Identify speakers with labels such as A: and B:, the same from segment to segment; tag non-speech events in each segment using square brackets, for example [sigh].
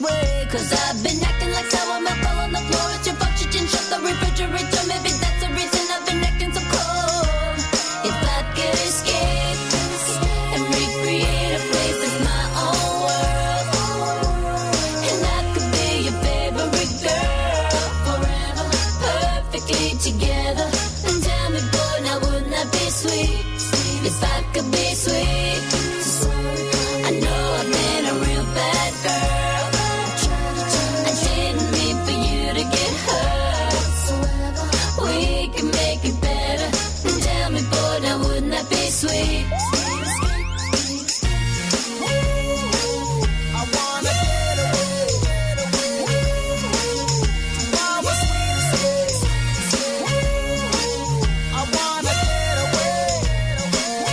A: Cause I've been acting like sour milk all on the floor. It's your fault you didn't shut the refrigerator. Maybe that's the reason I've been acting so cold. If I could escape and recreate a place that's my own world, and I could be your favorite girl forever, perfectly together. And tell me, boy, now wouldn't that be sweet? If I could be sweet, I know I've been a real bad girl. I didn't mean for you to get hurt. We can make it better. And tell me, boy, now wouldn't that be sweet?
B: I wanna get away, get away. I was sweet, sweet, sweet. I wanna get away, get away.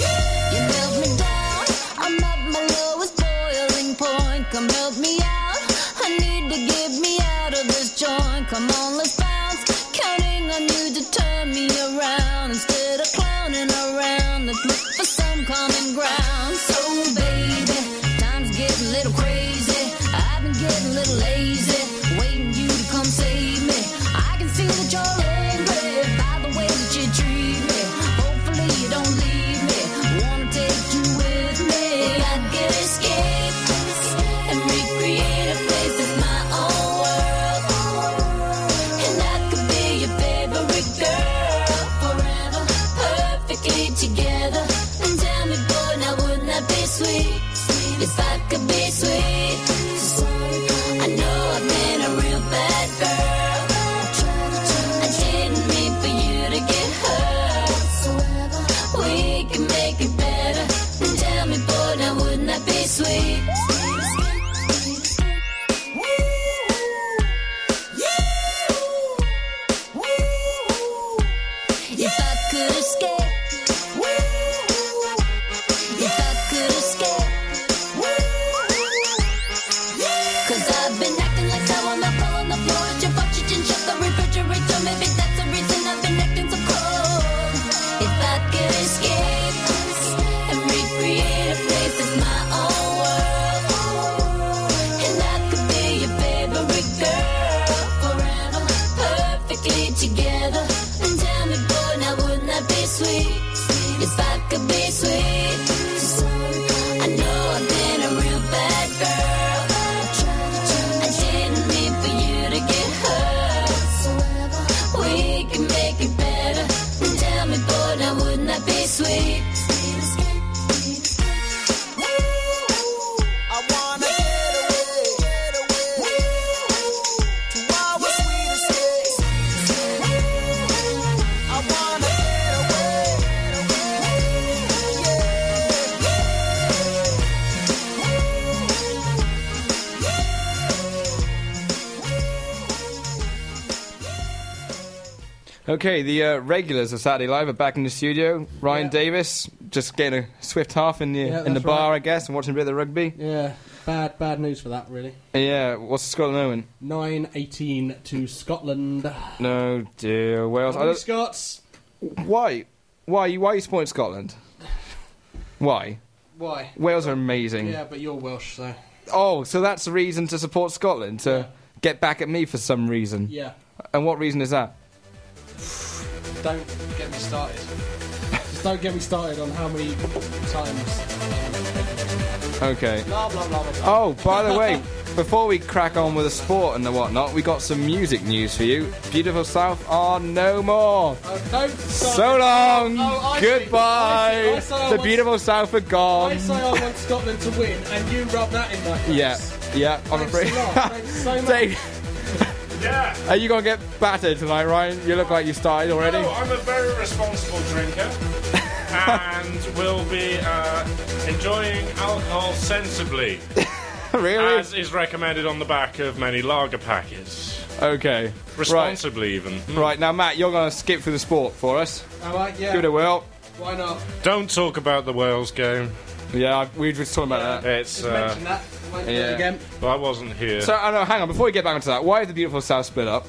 B: Yeah, yeah.
A: You melt me down. I'm at my lowest boiling point. Come help me out. I need to get me out of this joint. Come on, let's bounce. Counting on you to turn me around. Instead of clowning around, let's look for some common ground. So, baby, times get a little crazy. I've been getting a little lazy. Waiting you to come save me. I can see that you're angry by the way that you treat me. Hopefully, you don't leave me. Wanna take you with me. If I could escape and recreate a place that's my own world. And I could be your favorite girl forever, perfectly together. And tell me, boy, now wouldn't that be sweet? If I could be sweet. I know I've been a real bad girl. I didn't mean for you to get hurt. We can make it better. And tell me, boy, now wouldn't that be sweet?
B: Woo, yeah, woo,
A: If I could escape,
B: woo,
A: if I could escape.
B: woo, yeah.
A: Cause I've been acting like sour milk all on the floor. It's your fault you didn't shut the refrigerator. Maybe that's the reason I've been acting so cold. If I could escape and recreate a place that's my own world, and I could be your favorite girl forever, perfectly together. And tell me, boy, now wouldn't that be sweet? If I could be sweet. I know I've been a real bad girl. I didn't mean for you to get hurt. We can make it better. And tell me, boy, now wouldn't that be sweet?
B: I wanna get away, get away. To our sweetest days. I wanna get away, get away. Yeah, yeah.
C: Okay, the uh, regulars of Saturday Live are back in the studio. Ryan Davis just getting a swift half in the
D: Yeah,
C: in the
D: that's
C: bar,
D: right.
C: I guess, and watching a bit of the rugby.
D: Yeah, bad bad news for that really.
C: And yeah, what's the score at the moment?
D: Nine eighteen to Scotland.
C: No dear Wales. I
D: Lovely
C: don't,
D: Scots.
C: why? Why? you- Why are you supporting Scotland? Why?
D: Why?
C: Wales are amazing.
D: Yeah, but you're Welsh, so
C: Oh, so that's a reason to support Scotland to get back at me for some reason.
D: yeah.
C: And what reason is that?
D: Don't get me started. Just don't get me started on how many times. um,
C: Okay.
D: Blah blah blah. blah, blah.
C: Oh, by the
D: [laughs]
C: way, before we crack on with the sport and the whatnot, we got some music news for you. Beautiful South are no more.
D: Oh, don't start
C: So
D: it.
C: long.
D: Oh, I see.
C: Goodbye.
D: I see. I say I
C: the
D: want-
C: beautiful South are gone.
D: I say I want Scotland to win, and you rub that in my face.
C: yeah, yeah. I'm
D: Thanks a
C: [laughs]
D: lot.
C: afraid.
D: Thanks so much.
C: Dave. Are you gonna get battered tonight, Ryan? You look like you started already.
E: No, I'm a very responsible
D: [laughs]
E: drinker and will be uh, enjoying alcohol sensibly,
C: [laughs] really?
E: as is recommended on the back of many lager packets.
C: okay. Right.
E: Responsibly, even. Hmm.
C: Right now, Matt, you're gonna skip through the sport for us.
D: All right. Yeah.
C: Give it a whirl.
D: Why not?
E: Don't talk about the Wales game.
C: Yeah, I- we were just talking about that.
E: It's. Uh,
D: Mention that. Won't do it
C: yeah.
D: Again.
E: well, I wasn't here.
C: So, I know. Hang on.
E: [laughs]
C: Before we get back into that, why is the beautiful South split up?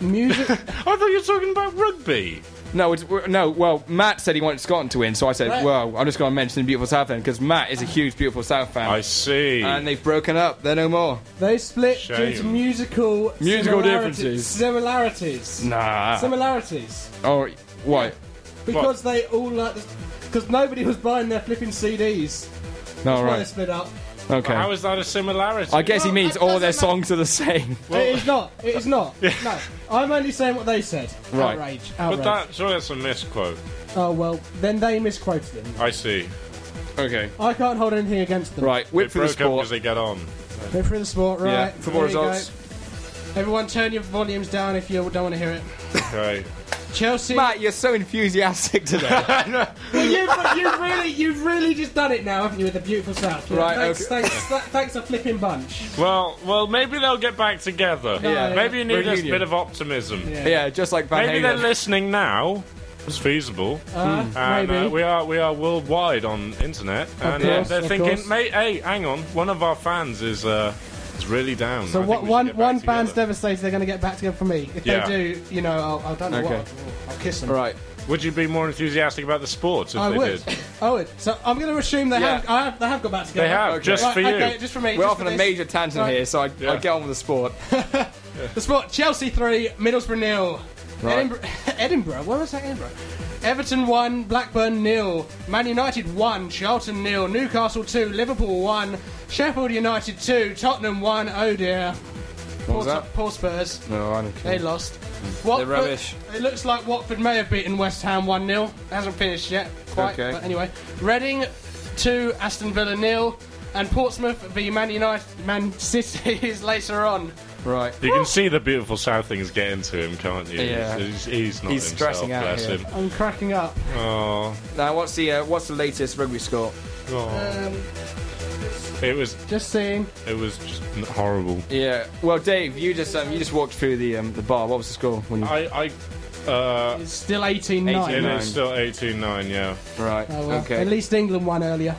D: Music.
E: I thought you were talking about rugby.
C: No, it's, we're- no. Well, Matt said he wanted Scotland to win, so I said,
D: Right.
C: "Well, I'm just going to mention Beautiful South then, because Matt is a huge Beautiful South fan."
E: I see.
C: and they've broken up. They're no more.
D: They split due to
E: Shame.
D: musical
C: Musical
D: similarities.
C: differences.
D: Similarities.
E: Ah.
C: Nah.
D: Similarities.
C: oh, what?
D: Because they all like. Because nobody was buying their flipping
C: No,
D: CDs. That's why they
C: right.
D: split up.
C: Okay.
E: How is that a similarity?
C: I guess he
D: Well,
C: means
D: that
C: all their
D: doesn't
C: songs are the same.
D: it is not. It
C: [laughs]
D: is not. No. I'm only saying what they said.
C: Right.
D: Outrage.
E: but
D: Outrage.
E: that, so that's a misquote.
D: Oh, well, then they misquoted them.
E: I see.
C: Okay.
D: I can't hold anything against them.
C: Right.
E: They
C: Whip for the
E: broke up
C: sport.
E: because they get on.
D: Go through the sport, right?
C: Yeah. For more
D: Here you
C: results.
D: go. Everyone turn your volumes down if you don't want to hear it. [laughs]
E: Okay.
D: Chelsea.
C: Matt, you're so enthusiastic
D: [laughs]
C: today.
D: You've, you've really, you've really just done it now, haven't you? With the beautiful South. Yeah,
C: Right,
D: Thanks,
C: okay.
D: thanks, th- thanks a flipping bunch.
E: well, well, maybe they'll get back together.
D: Yeah.
E: Maybe you need a
C: Reunion.
E: bit of optimism.
C: yeah, just like Van
E: Maybe they're
C: Halen. Hmm.
E: listening now. It's feasible.
D: Uh,
E: And
D: maybe.
E: uh, we are we are worldwide on internet, and
D: course,
E: uh, they're
D: of
E: thinking,
D: course.
E: mate, hey, hang on, one of our fans is uh, is really down.
D: so
E: I think
D: what,
E: we should
D: one
E: get back
D: one band's
E: together."
D: devastated. They're going to get back together for me. If
E: Yeah.
D: they do, you know, I'll, I don't know
C: Okay.
D: what. I'll, I'll kiss them.
C: Right.
E: Would you be more enthusiastic about the sports if
D: I
E: they
D: would.
E: did?
D: I would. Oh, So [laughs] I'm going to assume they
C: Yeah.
D: have. I have. They have got back together.
E: They have
C: Okay.
E: just
D: Right,
E: for you.
D: okay, just for me.
C: We're
D: just
C: off
D: for
C: on a
D: this.
C: major tangent
D: Right.
C: here, so I,
E: Yeah.
C: I get on with the sport. [laughs]
D: The sport: Chelsea three, Middlesbrough nil.
C: Right.
D: Edinburgh. [laughs] Edinburgh. Where was that? Edinburgh. Everton one, Blackburn nil. Man United one, Charlton nil. Newcastle two, Liverpool one. Sheffield United two, Tottenham one. Oh dear.
C: What was
D: poor,
C: that?
D: poor Spurs.
C: No, I don't
D: They
C: care. Mm.
D: lost. Watford,
C: rubbish.
D: It looks like Watford may have beaten West Ham 1 0. Hasn't finished yet, quite.
C: Okay.
D: But anyway, Reading 2, Aston Villa nil, and Portsmouth v Man United, Man City [laughs] is later on.
C: Right.
E: You can see the beautiful South thing is getting to him, can't you?
C: Yeah.
E: He's, he's not
C: He's
E: himself,
C: stressing out
E: bless
C: here.
E: him.
D: I'm cracking up.
E: Oh,
C: Now, what's the uh, what's the latest rugby score?
D: Um,
E: it was
D: just seeing.
E: it was just n- horrible.
C: Yeah. Well, Dave, you just um, you just walked through the um, the bar. What was the score? When you...
E: I I uh,
D: It's still 18
E: it
D: 9.
C: Nine.
E: is still 18-9, yeah,
C: Right.
D: Oh, well.
C: okay.
D: At least England won earlier.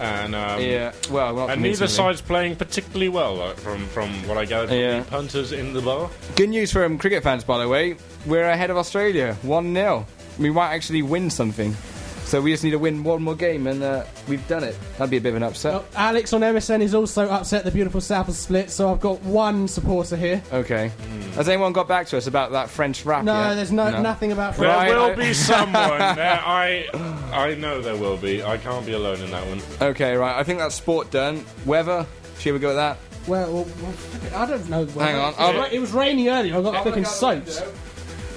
E: and um,
C: Yeah. Well, we're not
E: And
C: convincing
E: neither
C: me.
E: side's playing particularly well, like, from from what I gathered from
C: Yeah.
E: the punters in the bar.
C: Good news for um, cricket fans, by the way. We're ahead of Australia, one 0 We might actually win something. So we just need to win one more game, and uh, we've done it. That'd be a bit of an upset.
D: Well, Alex on MSN is also upset the beautiful South has split, so I've got one supporter here.
C: Okay. Has anyone got back to us about that French rap?
D: No,
C: yet?
D: there's no, nothing about
E: There
C: Right,
E: will
C: I- [laughs]
E: be someone. there, I I know there will be. I can't be alone in that one.
C: Okay, right. I think that's sport done. Weather. Should we go with that?
D: Well, well, well, I don't know. Where
C: Hang on,
D: It
C: I'll-
D: was, it was rainy earlier. I got fucking soaked.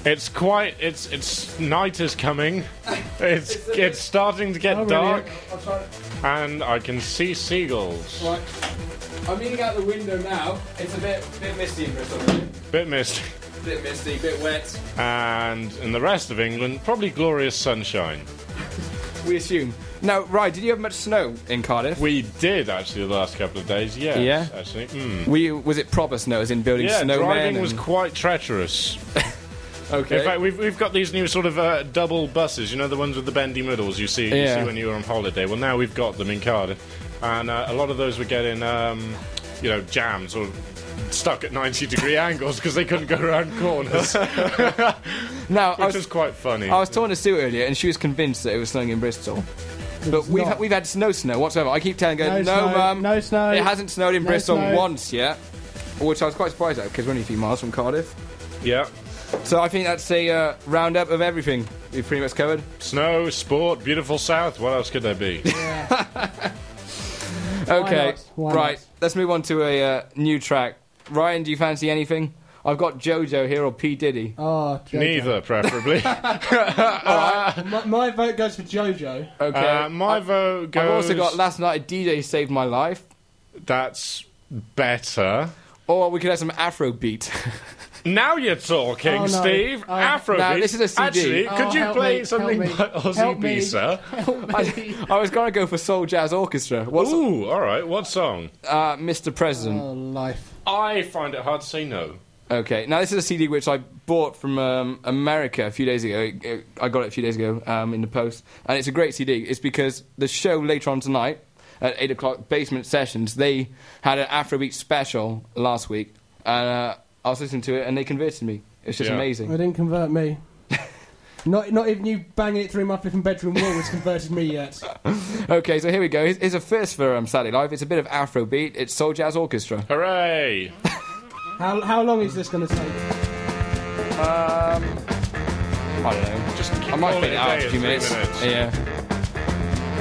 E: It's quite. It's it's night is coming. It's it's starting to get
D: Oh, really?
E: dark,
D: I'm trying-
E: and I can see seagulls.
D: Right. I'm leaning out the window now.
C: It's a bit, bit misty in Bristol.
E: Bit misty,
C: Bit misty, bit wet.
E: and in the rest of England, probably glorious sunshine.
C: We assume. Now, right? Did you have much snow in Cardiff?
E: We did actually the last couple of days. Yes,
C: Yeah?
E: actually. Mm.
C: We was it proper snow, as in building
E: Yeah,
C: snowmen?
E: driving was
C: and-
E: quite treacherous.
C: okay.
E: In fact, we've, we've got these new sort of uh, double buses, you know, the ones with the bendy middles you see, you
C: Yeah.
E: see when you were on holiday. Well, now we've got them in Cardiff. And uh, a lot of those were getting, um, you know, jammed or stuck at 90 degree [laughs] angles because they couldn't go around corners, which
C: [laughs]
E: [laughs]
C: now, I was,
E: was quite funny.
C: I was talking to Sue earlier, and she was convinced that it was snowing in Bristol. But we've
D: not.
C: ha- we've had no snow whatsoever. I keep telling her,
D: No
C: no,
D: snow,
C: mum,
D: no snow,
C: It hasn't snowed in
D: no
C: Bristol
D: snow."
C: once yet, which I was quite surprised at because we're only a few miles from Cardiff.
E: yeah.
C: So I think that's a uh, roundup of everything we've pretty much covered.
E: Snow, sport, beautiful south. What else could there [laughs] be?
C: Okay,
D: not? Why
C: right.
D: not?
C: Let's move on to a uh, new track. Ryan, do you fancy anything? I've got JoJo here or P Diddy.
D: Oh, Jojo.
E: Neither,
D: [laughs]
E: preferably.
C: [laughs]
D: My, my vote goes for JoJo.
C: Okay.
E: Uh, my vote goes.
C: I've also got last night. DJ saved my life.
E: That's better.
C: Or we could have some Afro beat. [laughs]
E: Now you're talking,
D: Oh, no.
E: Steve.
D: Oh.
E: Afrobeat.
C: No, this is a CD.
E: Actually,
D: Oh,
E: could you
D: help
E: play
D: me,
E: something
D: help me,
E: by Ozzy
D: help me. [laughs]
E: Pisa?
C: I, I was gonna go for Soul Jazz Orchestra. What's
E: Ooh, all right. What song?
C: uh, Mr. President?
D: Oh, life.
E: I find it hard to say no.
C: Okay, now this is a CD which I bought from um, America a few days ago. It- it- I got it a few days ago um, in the post, and it's a great CD. It's because the show later on tonight at eight o'clock, Basement Sessions, they had an Afrobeat special last week, and uh, I was listening to it, and they converted me. It's just
E: [laughs] Yeah.
D: It
C: amazing. [laughs]
D: didn't convert me. Not, not even you banging it through my flipping bedroom wall has converted me yet.
C: Okay, so here we go. Here's, here's a first for um, Saturday Live. It's a bit of Afrobeat. It's Soul Jazz Orchestra.
E: Hooray!
D: How, how long is this going to take?
C: Um, I don't know.
E: Just keep
C: I might
E: calling
C: fade it out after a
E: day at
C: few
E: three
C: minutes. Yeah.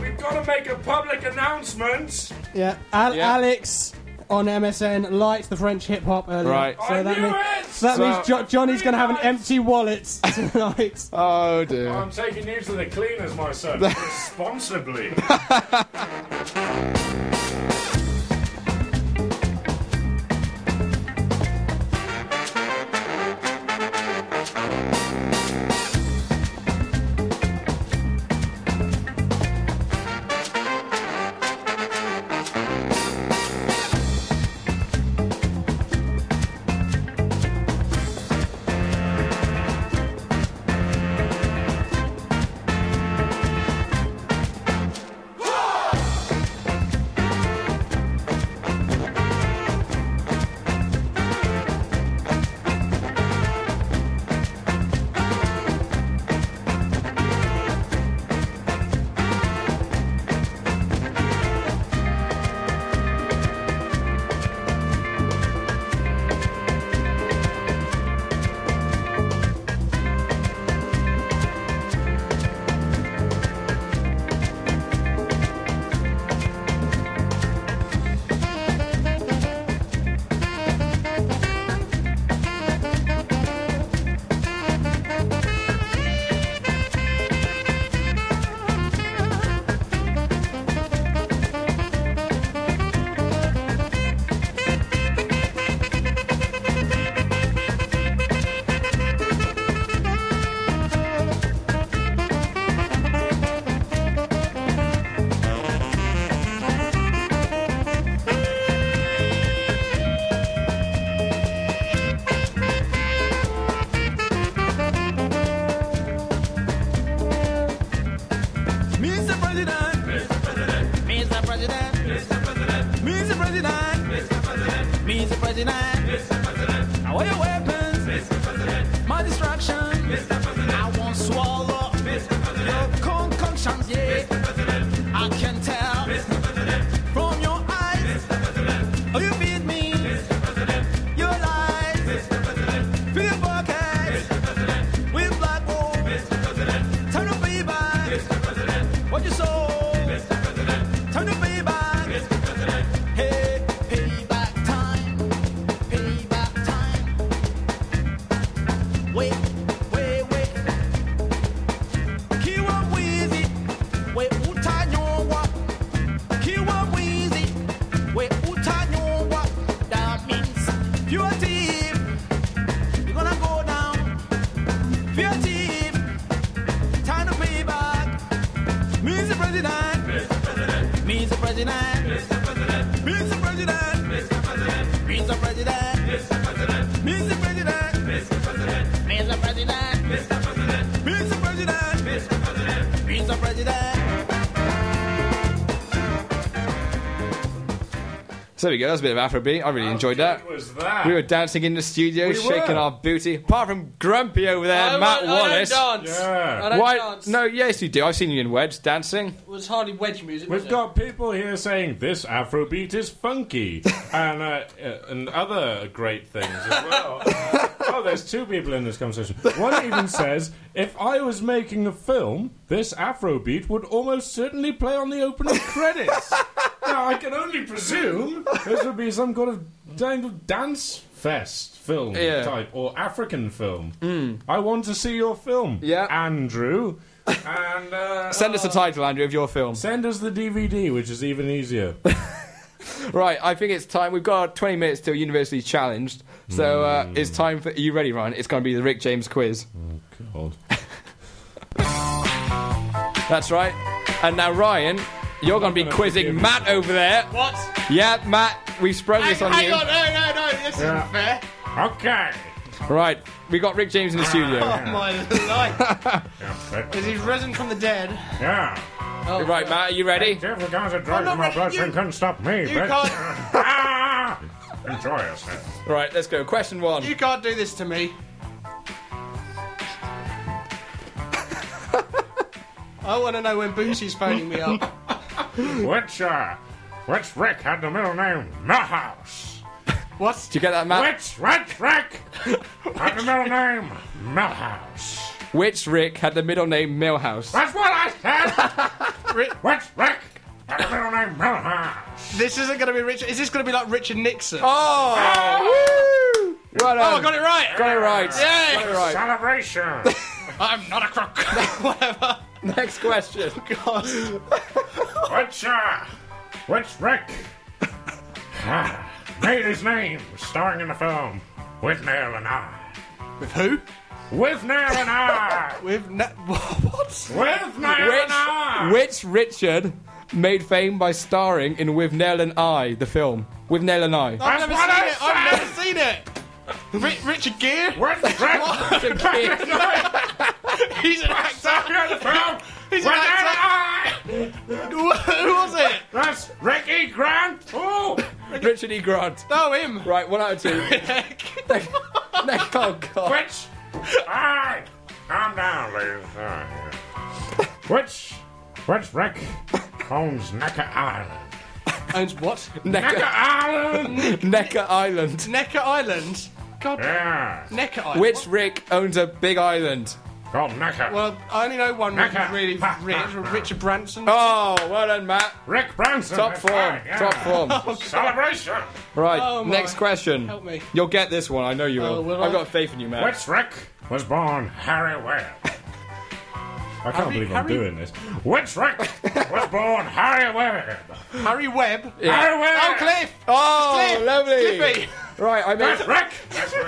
E: We've got to make a public announcement.
D: Yeah. Al-
C: Yeah.
D: Alex on MSN liked the French hip hop earlier.
C: Right.
D: So
E: I
D: that,
E: knew
D: mean-
E: it!
D: so that
C: So-
D: means jo- Johnny's going to have an empty wallet [laughs] tonight.
C: Oh dear.
E: I'm taking you to the cleaners,
C: [laughs]
E: my son, responsibly.
F: Mr. President, Mr. President, Mr. President, Mr. President, I want your weapons, my distraction, I won't swallow your concoctions, yeah, I can tell from your eyes, oh you feed me, your lies, fill your buckets with black wool, time to pay back. What you sold? Mr. President. Time to pay back. Mr. President. Hey, payback time. Payback time. Wait, wait, wait. Kiwa Weezy. Wait, uta nyongwa. Kiwa Weezy. Wait, uta nyongwa. That means if you're a thief, you're gonna go down. If you're a thief, time to pay back. Mr. President, Mr. President, Mr. President, Mr. President, Mr. President, Mr. President, Mr. President, Mr. President, Mr. President, Mr. President, Mr. President.
C: So there we go. That was a bit of Afrobeat. I really enjoyed that.
E: What was that?
C: We were dancing in the studio, shaking our booty. Apart from Grumpy over there,
G: I
C: Matt
G: won't-
C: Wallace.
G: I don't dance.
E: Yeah.
G: I don't
C: Why?
G: dance.
C: No, yes, you do. I've seen you in Wedge dancing.
G: It was hardly wedge music. was
E: We've
G: it?
E: got people here saying this Afrobeat
C: [laughs]
E: is funky, and uh, uh, and other great things as
C: [laughs]
E: well. Uh, oh, there's two people in this conversation. One even says, "If I was making a film, this Afrobeat would almost certainly play on
C: [laughs]
E: the opening credits." now, I can only presume this would be some kind of kind of dance fest film
C: Yeah. Hmm.
E: type or African film. I want to see your film,
C: Yeah.
E: Andrew. And uh,
C: Send us a title, Andrew, of your film.
E: Send us the DVD, which is even easier.
C: [laughs] Right, I think it's time. We've got 20 minutes till University Challenged. So
E: Hmm.
C: uh, it's time for. Are you ready, Ryan? It's going to be the Rick James quiz.
E: God.
C: [laughs] That's right. And now, Ryan, you're going to be
E: gonna
C: quizzing
E: forgive
C: Matt over there.
G: What?
C: Yeah, Matt, we've sprung this
G: Hang,
C: on
G: hang
C: you.
G: on, no, no, no,
D: this
E: Yeah.
D: isn't fair.
E: Okay.
C: Right, we got Rick James in the studio.
D: Oh
G: [laughs]
D: my life.
E: Yeah. [laughs]
D: Is he risen from the dead?
E: yeah.
D: Oh,
C: Right, Matt, are you ready?
E: Devil guys are
D: I'm
E: drugs
D: not
E: in my
D: ready-
E: blood,
D: you-
E: and couldn't stop me,
D: You
E: but
D: can't,
E: Ah! enjoy yourself.
C: Right, let's go. Question one.
D: you can't do this to me. I want to know when Boosie's phoning me up.
E: [laughs] Which uh, which Rick had the middle name Millhouse?
D: What?
C: Do you get that, Matt?
E: Which which Rick had the middle name Millhouse?
C: Which Rick had the middle name Millhouse?
E: That's what I
C: [laughs]
E: said.
D: Ri-
E: which Rick had the middle name Millhouse?
D: This isn't going to be Richard. Is this going to be like Richard Nixon?
C: Oh! Woo! Well
D: Oh,
C: done.
D: I got it right.
C: Got it right.
D: Yay!
C: Got it right.
E: Celebration.
C: [laughs]
D: I'm not a crook. Whatever.
C: Next question.
D: [laughs] God.
E: which uh, which Rick
D: [laughs]
E: ah, made his name starring in the film with Nail and I.
D: With who?
E: With Nail and I.
D: [laughs] With na- what?
E: With Nail and I.
C: Which, which Richard made fame by starring in With Nell and I, the film? With Nell and I.
D: I've
E: That's
D: never
E: what
D: seen
E: I
D: it. I've never seen it. Ri- Richard Gere. [laughs]
E: Where's the drink?
D: He's an actor. He's
E: He's
D: an Who was it?
E: That's Ricky Grant. Oh,
C: [laughs] Richard E. Grant.
D: No, Oh, him.
C: Right, one out of
D: [laughs]
C: two. Next- next- oh, God.
E: which? Alright, calm down, ladies. All right. Which? Which Rick owns Necker Island?
D: Owns what?
E: Necker
C: Necker, [laughs]
E: Island.
C: Necker Island.
D: Necker Island. God,
E: Yeah,
D: Necker Island.
C: Which Rick owns a big island?
E: called Necker.
D: Well, I only know one Rick
E: Necker.
D: who's really rich. Richard Branson.
C: Oh, well done, Matt.
E: Rick Branson.
C: Top
E: that's
C: form.
E: right, yeah.
C: Top form.
E: Celebration.
C: Right,
D: Oh, my.
C: next question.
D: Help me.
C: You'll get this one, I know you will.
D: Oh, will
C: I've
D: I?
C: got faith in you, Matt.
E: Which Rick was born Harry Ware? I can't believe I'm
D: Harry-
E: doing this. Which Rick was born Harry Ware?
D: Harry Webb.
E: Harry Ware.
D: Oh, Cliff.
C: Oh,
D: Cliff.
C: lovely.
D: Cliffy.
C: Right, I
E: That's
C: make,
E: Rick. That's Rick.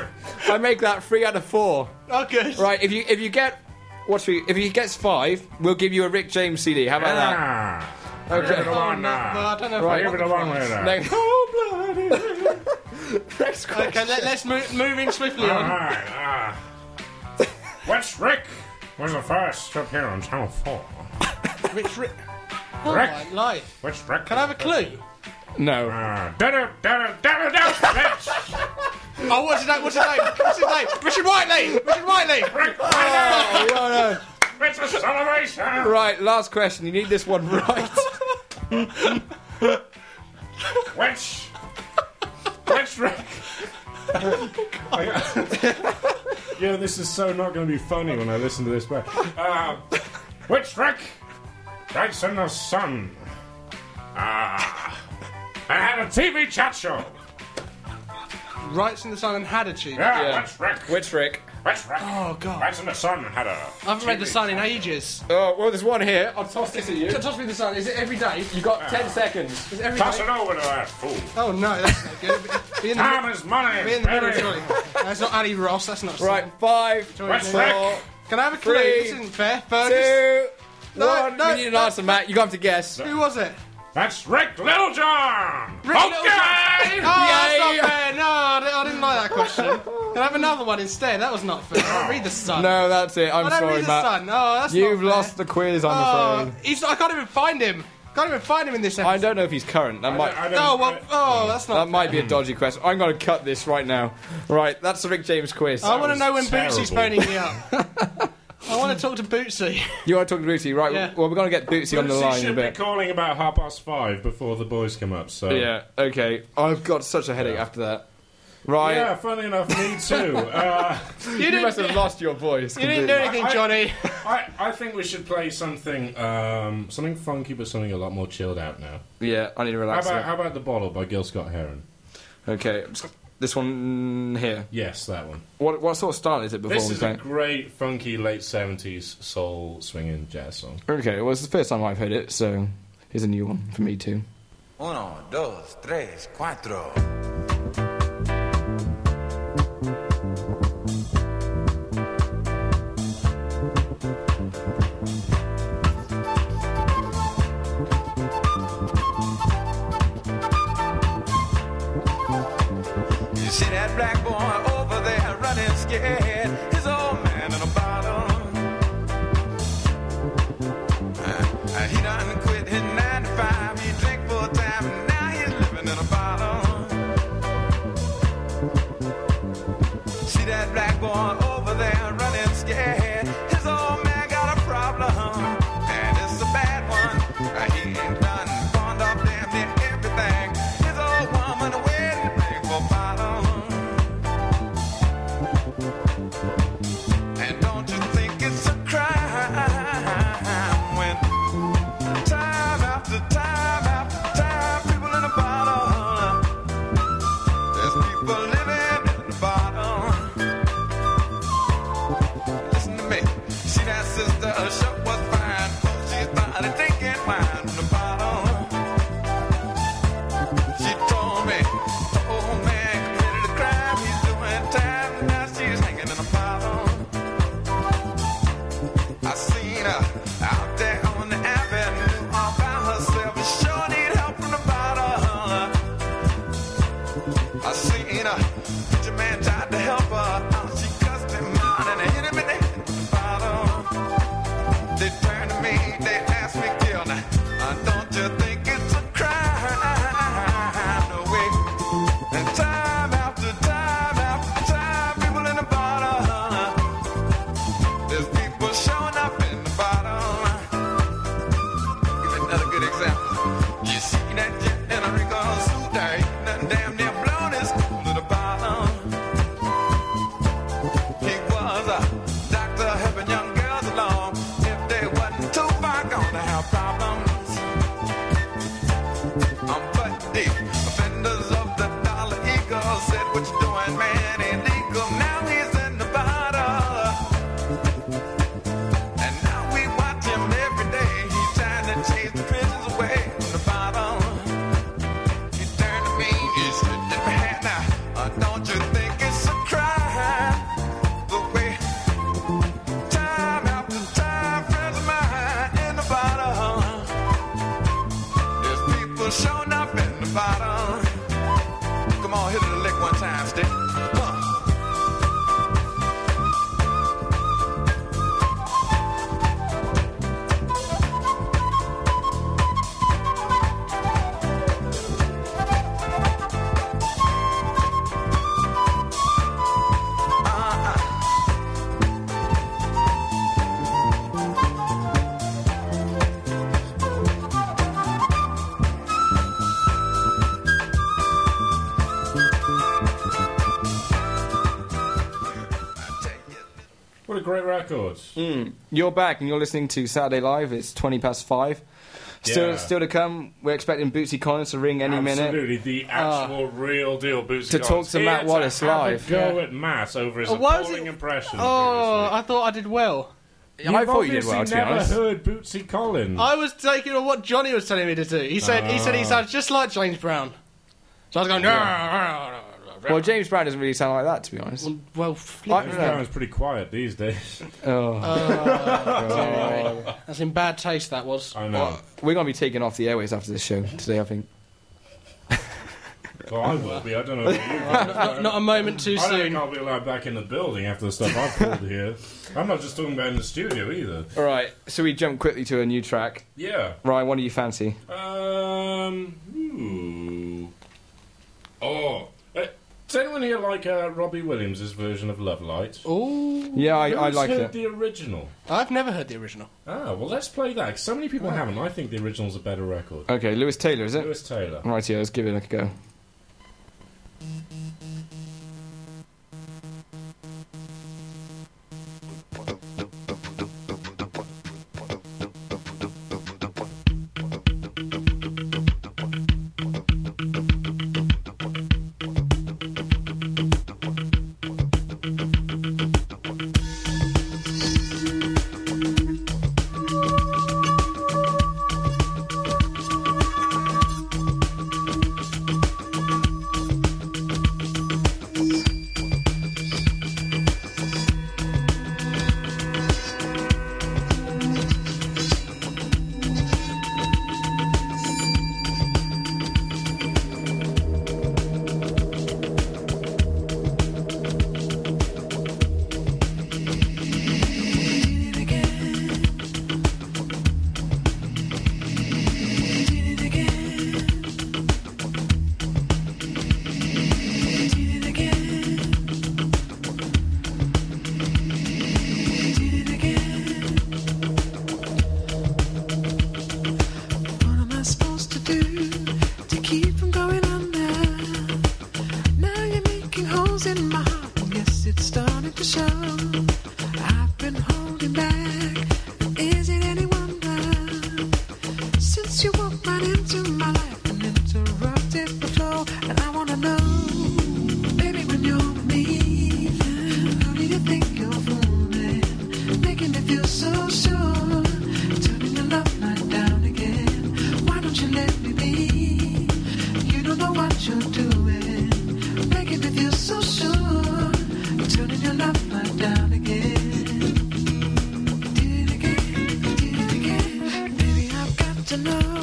C: I make that three out of four.
D: Oh, good.
C: Right, if you if you get what's we if he gets five, we'll give you a Rick James CD. How about that?
E: Ah. Give it
C: Okay.
E: a
D: Oh,
E: one
D: no, well,
E: now.
D: I don't know if
C: Right,
D: I
E: Give
D: want
E: it a
D: the
E: one
D: prize.
E: later.
C: Next, [laughs] next question.
D: Okay, let, us move, move in swiftly
E: All
D: on.
E: right. ah. Which Rick was the first to appear on Channel 4?
D: Which Rick?
E: Rick.
D: My life.
E: Which Rick?
D: Can I have a clue?
C: No.
D: [laughs]
E: Ah, da-da, da-da, da-da, da-da, Rich.
D: Oh, what's his name? What's his name? What's his name? Richard Whiteley. Richard Whiteley.
E: Rick, Ryder.
C: Oh, well done.
E: It's a celebration.
C: Right, last question. You need this one right.
E: Which? Which Rick? yeah, this is so not going to be funny when I listen to this back. Uh, which Rick? Writes in the sun. Ah, I had a TV chat show.
D: Rights in the Sun and had a tune.
E: Yeah,
C: Yeah.
E: which Rick? Which,
C: Which Rick?
E: Rick?
D: Oh, God.
E: Writes in the sun had a.
D: I haven't read [laughs] The Sun in ages.
C: Oh, well, there's one here. I'll toss this at you.
D: Toss me The Sun. Is it every day?
C: You got ten seconds.
D: Is it every
E: Pass
D: day?
E: it over to that fool.
D: Oh, no, that's not good. Be in the,
E: Time
D: mi-
E: is money.
D: be in the middle,
E: baby.
D: surely. That's not Ali Ross. That's not...
C: Right, five,
D: Sorry,
E: Which
D: no.
E: Rick?
D: Can I have a clue?
C: Three,
D: This isn't fair. Fergus.
C: two,
D: No,
C: one.
D: no,
C: we need an
D: no.
C: answer, Matt. You have to guess.
D: Who was it?
E: That's Rick Littlejohn.
D: Rick
E: okay.
D: Littlejohn. Oh, that's
C: Yay.
D: not fair. No, I di- I didn't like that question. Can I have another one instead? That was not fair. I read The Sun.
C: No, that's it. I'm
D: I don't
C: sorry,
D: read The
C: Matt.
D: Sun. Oh, that's not
C: You've
D: fair.
C: lost the quiz, I'm
D: Oh,
C: afraid.
D: he's, I can't even find him. Can't even find him in this
C: I
D: episode.
C: don't know if he's current. That might.
E: I don't-
D: No, well, oh, that's not.
C: That might be a dodgy question. I'm going to cut this right now. Right, that's the Rick James quiz.
D: I want to know when
E: terrible.
D: Bootsy's phoning me up. I want to talk to Bootsy.
C: [laughs] You want to talk to Bootsy? Right,
D: Yeah.
C: well, we're going to get Bootsy on the
E: Lucy
C: line in a
E: should be
C: bit.
E: calling about half past five before the boys come up. So
C: Yeah, okay. I've got such a headache after that. Right.
E: yeah. Funny enough, me
C: [laughs]
E: too. Uh,
D: You
C: You must
D: didn't,
C: have lost your voice.
D: you didn't do
C: completely.
D: anything,
E: I-
D: Johnny.
E: I, I think we should play something um, something funky, but something a lot more chilled out now.
C: Yeah, I need to
E: How
C: relax.
E: about
C: now.
E: how about the bottle by Gil Scott Heron?
C: Okay, I'm just- this one here.
E: Yes, that one.
C: What, what sort of style is it before
E: This
C: we
E: is
C: play?
E: a great funky late seventies soul swinging jazz song.
C: Okay, well, it's the first time I've heard it, so here's a new one for me, too.
G: Uno, dos, tres, cuatro. You see that? Uh,
H: Uh, "Oh, deep. Offenders of the dollar eagle said, What you doing, man? Ain't legal. Now he's in the bottle. And now we watch him every day. He's trying to chase the prisons away from the bottom. He turned to me, he said, Diana, uh, don't you think it's a crime? The way time after time, friends of mine in the bottom. There's people showing up in the bottom. Come on, hit it a lick one time, stick. Huh.
E: What a great record.
D: Hmm.
C: You're back and you're listening to Saturday Live. It's 20 past 5. Still,
E: Yeah.
C: still to come, we're expecting Bootsy Collins to ring any minute. Ah.
E: Absolutely, the actual real deal Bootsy
C: To talk
E: Collins.
C: to
E: Here
C: Matt Wallace
E: have a
C: live.
E: go at Matt over his
D: Oh, why was
E: appalling
D: it-
E: impression.
D: Oh, I thought I did well.
E: previously.
C: I thought you did
E: You've
C: well, to be
E: never
C: honest.
E: heard Bootsy Collins.
D: I was taking on what Johnny was telling me to do. He said he
E: Ah.
D: said he sounds just like James Brown. So I was going.
C: Well, James Brown doesn't really sound like that, to be honest.
D: Well, well
C: I
D: flip.
C: don't
E: James
C: know.
E: Brown's pretty quiet these days.
C: [laughs] Oh.
D: that's in bad taste. That
E: [laughs]
D: was.
E: I know.
C: We're going to be taken off the airways after this show today, I think.
E: Well, I will be. I don't know. About you.
D: [laughs] Not, not a moment too
E: I don't think
D: soon.
E: I'll be allowed back in the building after the stuff I've pulled here. I'm not just talking about in the studio either.
C: All right, so we jump quickly to a new track.
E: Yeah.
C: Ryan, what do you fancy?
E: Um. Ooh. Oh. Uh, does anyone here like uh, Robbie Williams's version of Love Light?
D: Oh,
C: Yeah, I, I
E: Who's
C: like
E: heard
C: it.
E: the original.
D: I've never heard the original.
E: Ah, well, let's play that. 'cause so many people haven't. I think the original's a better record.
C: Okay, Lewis Taylor, is it?
E: Lewis Taylor.
C: Right, yeah, let's give it a go.
I: What am I supposed to do to keep from going under? Now you're making holes in my heart, and yes, it's starting to show. I've been holding back, and is it any wonder? Since you walked right into my life and interrupted the flow, and I wanna know, baby, when you're with me, how do you think you're fooling, making me feel so sure? Turning the love light down again. Why don't you let me be? You don't know what you're doing, making me feel so sure. Turning your love light down again. Did it again, did it again. Baby, I've got to know.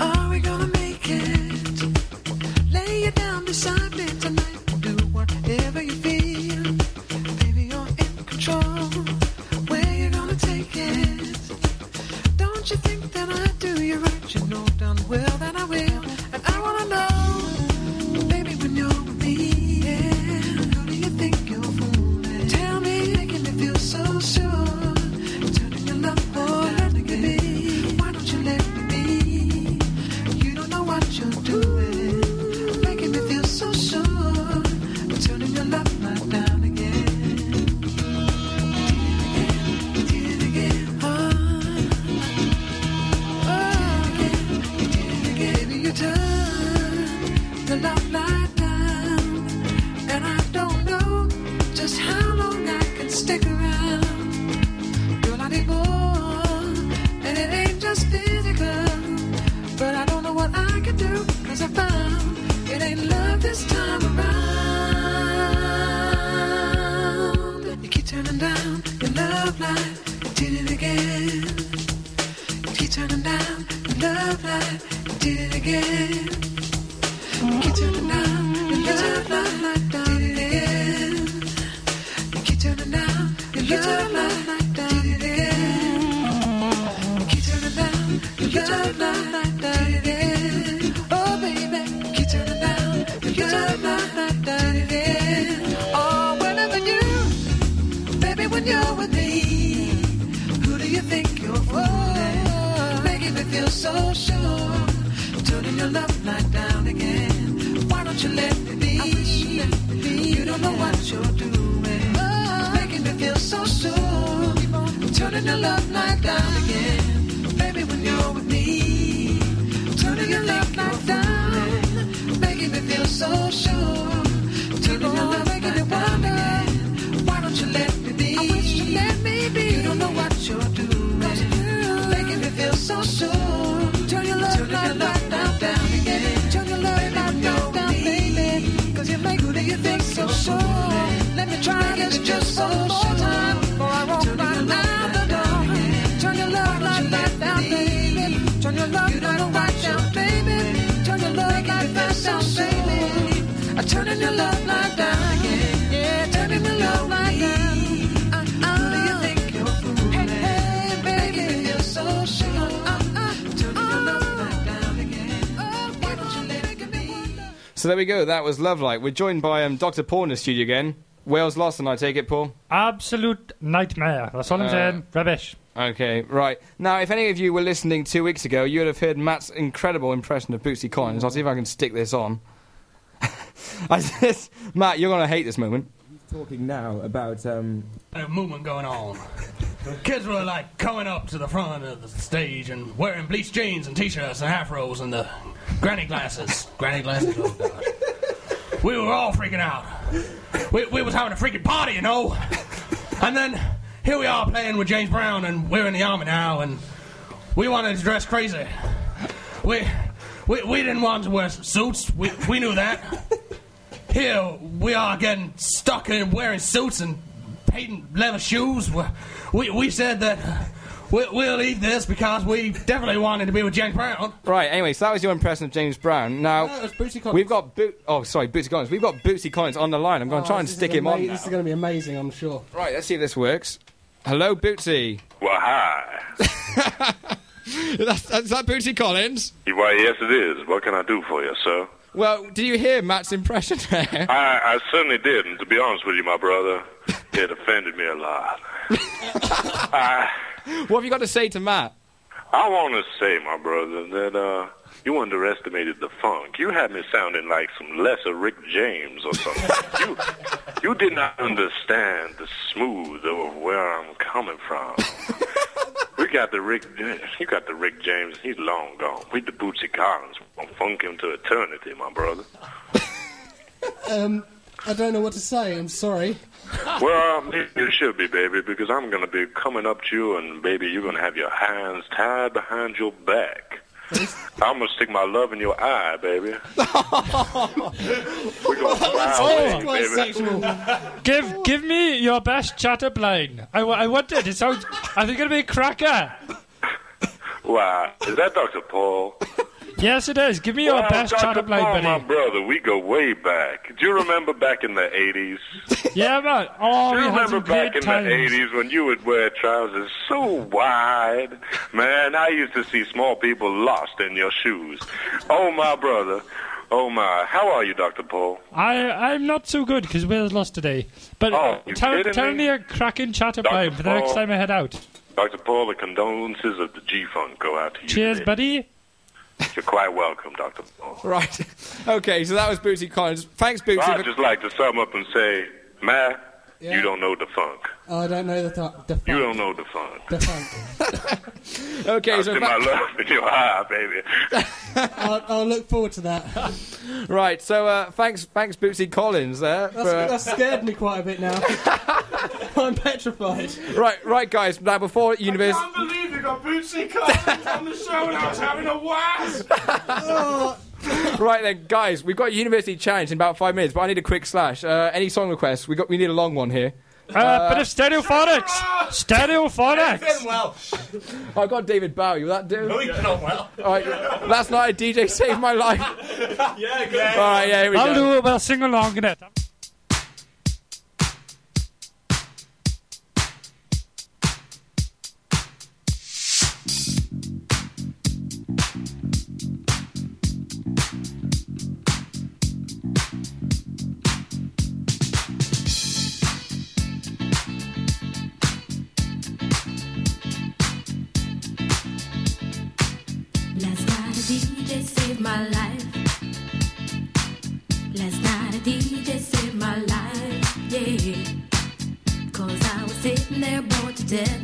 I: Are we gonna make it? Lay you down beside me tonight. Do whatever you feel. Baby, you're in control. Where you gonna take it? Don't you think that I do you right? You know darn well that I will. And I wanna know, baby, when you're with me, yeah. How do you think you're fooling? Tell me, making me feel so sure. Turning your love for let me be. Why don't you let me be? You don't know what you're doing. Making me feel so sure. a long night down, and I don't know just how long I can stick around. Girl, I need more, and it ain't just physical, but I don't know what I can do, cause I found it ain't love this time around. You keep turning down your love light, you did it again. You keep turning down your love light, you did it again. You keep turning down your love light, you did it again. You keep turning down your love light, you did it again. Keep turning down, you love light, did it again. Oh baby, keep turning down, you love light, did it again. Oh, whenever you, baby, when you're with me, who do you think you're fooling? Making me feel so sure, turning your love light down again. Why don't you let me be? Oh. You don't know what you're doing, making me feel so sure. Turning your love light down again. Baby, when you're with me, turning your love light down. Making me feel so sure. Turning your love light down again. Why don't you let me be? I wish you let me be. You don't know what you're doing. Making me feel so sure. Turn your love light down, down, down again. Turn your love light down, down, baby. Cause you make me you think so sure. Let me try and get you just one more time. Before I walk right out the door. Turn your love light back down, baby. Turn your love light back down, baby. Turn your love light back down, baby. I'm turning your love light down again. Yeah, turning your love light down. Uh, uh, Who do you think you're fooling? Hey, hey, baby, you're so sure. Uh, uh, turning your love light down again. Oh, why don't you let it be?
C: So there we go. That was Love Light. We're joined by um, Dr. Paul in the studio again. Wales lost, and I take it, Paul.
J: Absolute nightmare. That's all I'm
C: Uh,
J: saying. Rubbish.
C: Okay, right. Now, if any of you were listening two weeks ago, you would have heard Matt's incredible impression of Bootsy Collins. I'll see if I can stick this on. [laughs] I just, Matt, you're going to hate this moment.
K: Talking now about um,
D: a movement going on. The kids were like coming up to the front of the stage and wearing bleached jeans and t-shirts and half rolls and the granny glasses. granny glasses. Oh god. We were all freaking out. We, we was having a freaking party, you know. And then here we are playing with James Brown and we're in the army now and we wanted to dress crazy. We we, we didn't want to wear suits. We, we knew that here we are getting stuck in wearing suits and patent leather shoes. We- We, we said that we, we'll eat this because we definitely wanted to be with James Brown.
C: Right, anyway, so that was your impression of James Brown. Now,
D: No, it was Bootsy Collins.
C: we've got Boot. Oh, sorry, Bootsy Collins. We've got Bootsy Collins on the line.
H: Oh,
C: I'm going to try and stick him on. Now.
D: going to be Oh, amazing, I'm sure.
C: Right, let's see if this works. Hello, Bootsy.
L: Well, hi.
C: [laughs] That's, that's that Bootsy Collins.
L: Why, yes, it is. What can I do for you, sir?
C: Well, do you hear Matt's impression there? [laughs]
L: I, I certainly did, and to be honest with you, my brother, it offended me a lot.
C: what have you got to say to Matt?
L: I want to say, my brother, that uh, you underestimated the funk. You had me sounding like some lesser Rick James or something. [laughs] you, you did not understand the smooth of where I'm coming from. We got the Rick. You got the Rick James. He's long gone. We the Bootsy Collins. We're gonna funk him to eternity, my brother.
H: Um,
D: I don't know what to say, I'm sorry.
J: [laughs]
L: Well, maybe you should be, baby, because I'm going to be coming up to you, and baby, you're going to have your hands tied behind your
J: [laughs]
L: back. I'm going to stick my love in your eye, baby. We're going to
F: Oh,
L: fly away, baby.
J: Give give me your best chatter blind. I, wa- I want it. It sounds. I think it'll be a cracker.
L: Why, is that Dr. Paul?
J: Yes, it is. Give me your
L: Well,
J: best chatter
L: Dr. Paul,
J: blind,
L: my
J: buddy.
L: brother, we go way back. Do you remember back in the 80s?
J: Yeah,
L: [laughs]
J: man. Oh,
L: Do
J: we
L: you
J: had
L: remember
J: some
L: back
J: great
L: in
J: times.
L: the 80s when you would wear trousers so wide? Man, I used to see small people lost in your shoes. Oh, my brother. Oh, my. How are you, Dr. Paul?
J: I I'm not so good because Wales lost today. But
L: Oh, you
J: tell,
L: kidding
J: tell
L: me?
J: me a cracking chatter
L: Dr.
J: blind for the next
L: Paul.
J: time I head out.
L: Dr. Paul, the condolences of the G-Funk go out to you.
J: Cheers,
L: today.
J: buddy.
L: [laughs] You're quite welcome, Dr. Paul.
C: Right. [laughs] okay, so that was Bootsy Collins. Thanks, Bootsy.
L: I'd
C: for-
L: just like to sum up and say, man,
M: You don't know the funk.
H: Oh, I don't know the, th- the funk.
M: You don't know the funk.
C: [laughs]
H: The funk.
C: Okay,
M: I
C: so
M: see
C: fa-
M: my
L: [laughs]
M: love in your eye, baby.
H: I'll, I'll look forward to that.
C: [laughs] Right, so uh, thanks, thanks, Bootsy Collins there.
H: That's,
C: for- uh,
H: that's scared me quite a bit
C: [laughs]
H: now. [laughs] I'm petrified.
C: Right, right, guys. Now before university,
E: I can't believe you got Bootsy Collins on the show and I was having a waz.
C: Oh. [coughs] right then, guys, we've got university challenge in about five minutes, but I need a quick slash. Uh, any song requests? We got, we need a long one here.
J: Uh, bit of stereophonics. Stereophonics.
C: well. [laughs] I've got David Bowie. Will that do?
J: No, he's not well.
C: All right, last night a DJ saved my life.
E: [laughs] yeah,
C: All right, yeah, here we go.
J: I'll do it. We'll sing along in it.
N: Last night a DJ saved my life. Last night a DJ saved my life, yeah. Cause I was sitting there bored to death.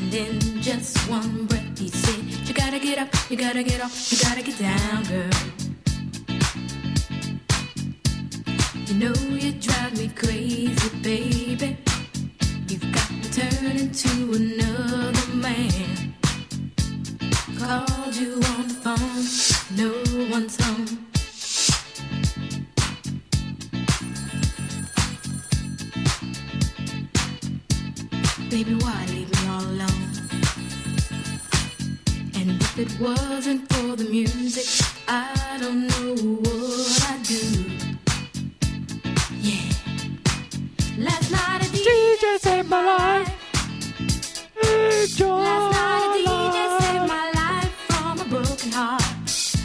N: And in just one breath, he said, You gotta get up, you gotta get off, you gotta get down, girl. You know you drive me crazy, baby. You've got to turn into another man called you on the phone. No one's home. Baby, why leave me all alone? And if it wasn't for the music, I don't know what I'd do. Yeah. Last night a DJ saved my life. Last night a DJ saved my life from a broken heart.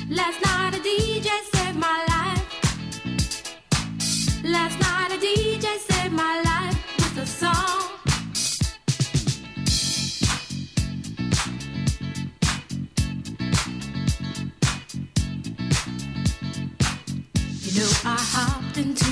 N: Last night a DJ saved my life. Last night a DJ saved my life with a song. You know I hopped into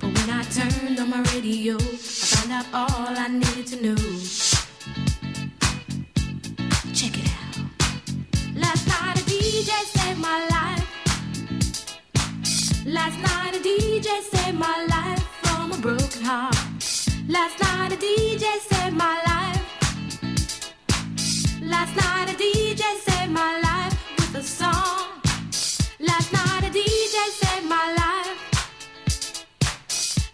N: But when I turned on my radio, I found out all I needed to know. Check it out. Last night a DJ saved my life. Last night a DJ saved my life from a broken heart. Last night a DJ saved my life. Last night a DJ saved my life with a song. Last night a DJ saved my life.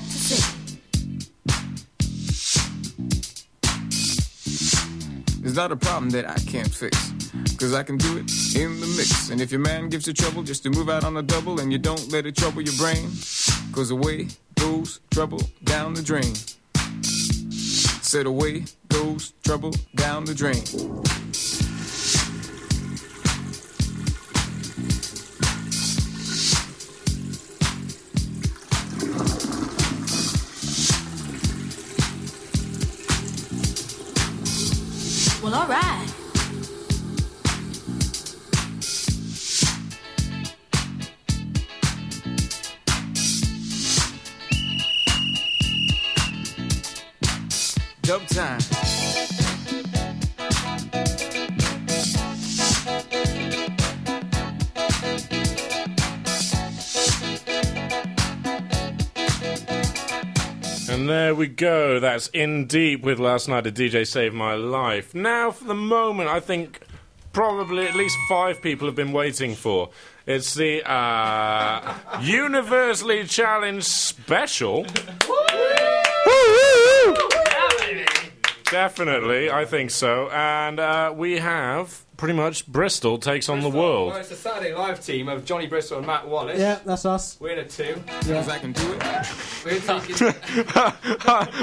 N: to say.
O: It's not a problem that I can't fix. Cause I can do it in the mix. And if your man gives you trouble just to move out on a double and you don't let it trouble your brain, cause away goes trouble down the drain. Said away goes trouble down the drain.
N: Well, all right.
O: Dub time.
E: And there we go. That's in deep with last night. A DJ saved my life. Now for the moment, I think probably at least five people have been waiting for. It's the uh, Universally Challenged Special. Definitely, I think so. And uh, we have pretty much Bristol takes on the
C: [laughs]
E: world.
C: Well, it's a Saturday Live team of Johnny Bristol and Matt Wallace.
H: Yeah, that's us.
C: We're in a two.
H: Yeah.
O: I can do it.
C: We're [laughs] taking.
E: [laughs]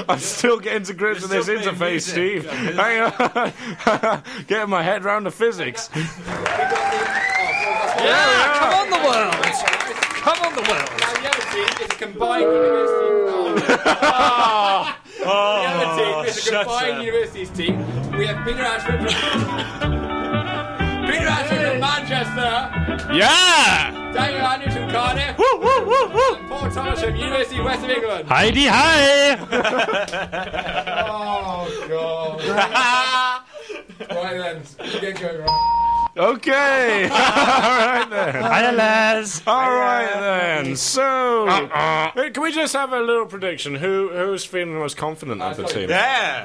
E: I'm still getting to grips with this interface, Steve. Hang on. [laughs] getting my head round the physics.
C: Yeah,
E: come
C: on the world. Come on the world. Now the other team is a combined university. Oh, [laughs] the other team is a
E: shut
C: combined
E: up.
C: universities team. We have Peter Ashford from Peter Ashford from Manchester.
J: Yeah.
C: Daniel Andrews from Cardiff.
J: Woo, woo, woo, woo.
C: And Paul Thomas from University of West of England.
J: Heidi, hi.
C: [laughs] oh god. right then, get going right.
E: Okay. All right then.
C: Hiya, lads.
E: All right then. So, Hey, can we just have a little prediction? Who who's feeling the most confident of the team?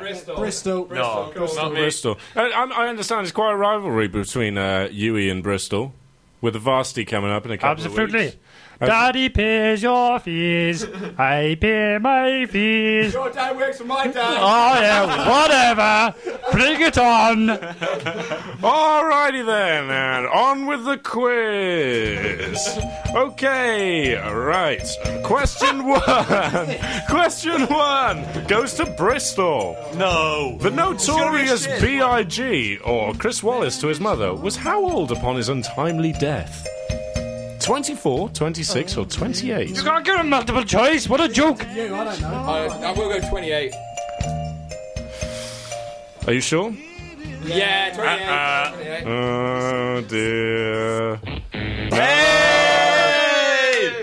C: Bristol.
H: Bristol.
E: No, Bristol. Bristol. Uh, I'm- I, understand it's quite a rivalry between uh, Yui and Bristol, with the varsity coming up in a couple of
J: Absolutely.
E: weeks. Uh,
J: Daddy pays your fees. I pay my fees.
C: Your dad works for my dad.
J: Oh yeah, whatever. Bring it on.
E: Alrighty then, and on with the quiz. Okay, right. Question [laughs] one. Question one goes to Bristol. No. The notorious
P: It's gonna be
E: B.I.G. or Chris Wallace to his mother was how old upon his untimely death? 24, 26, or 28?
J: You can't give him multiple choice. What a joke.
H: You, I don't know.
C: I, I will go 28.
E: Are you sure?
C: Yeah, 28.
J: Uh,
E: Oh dear.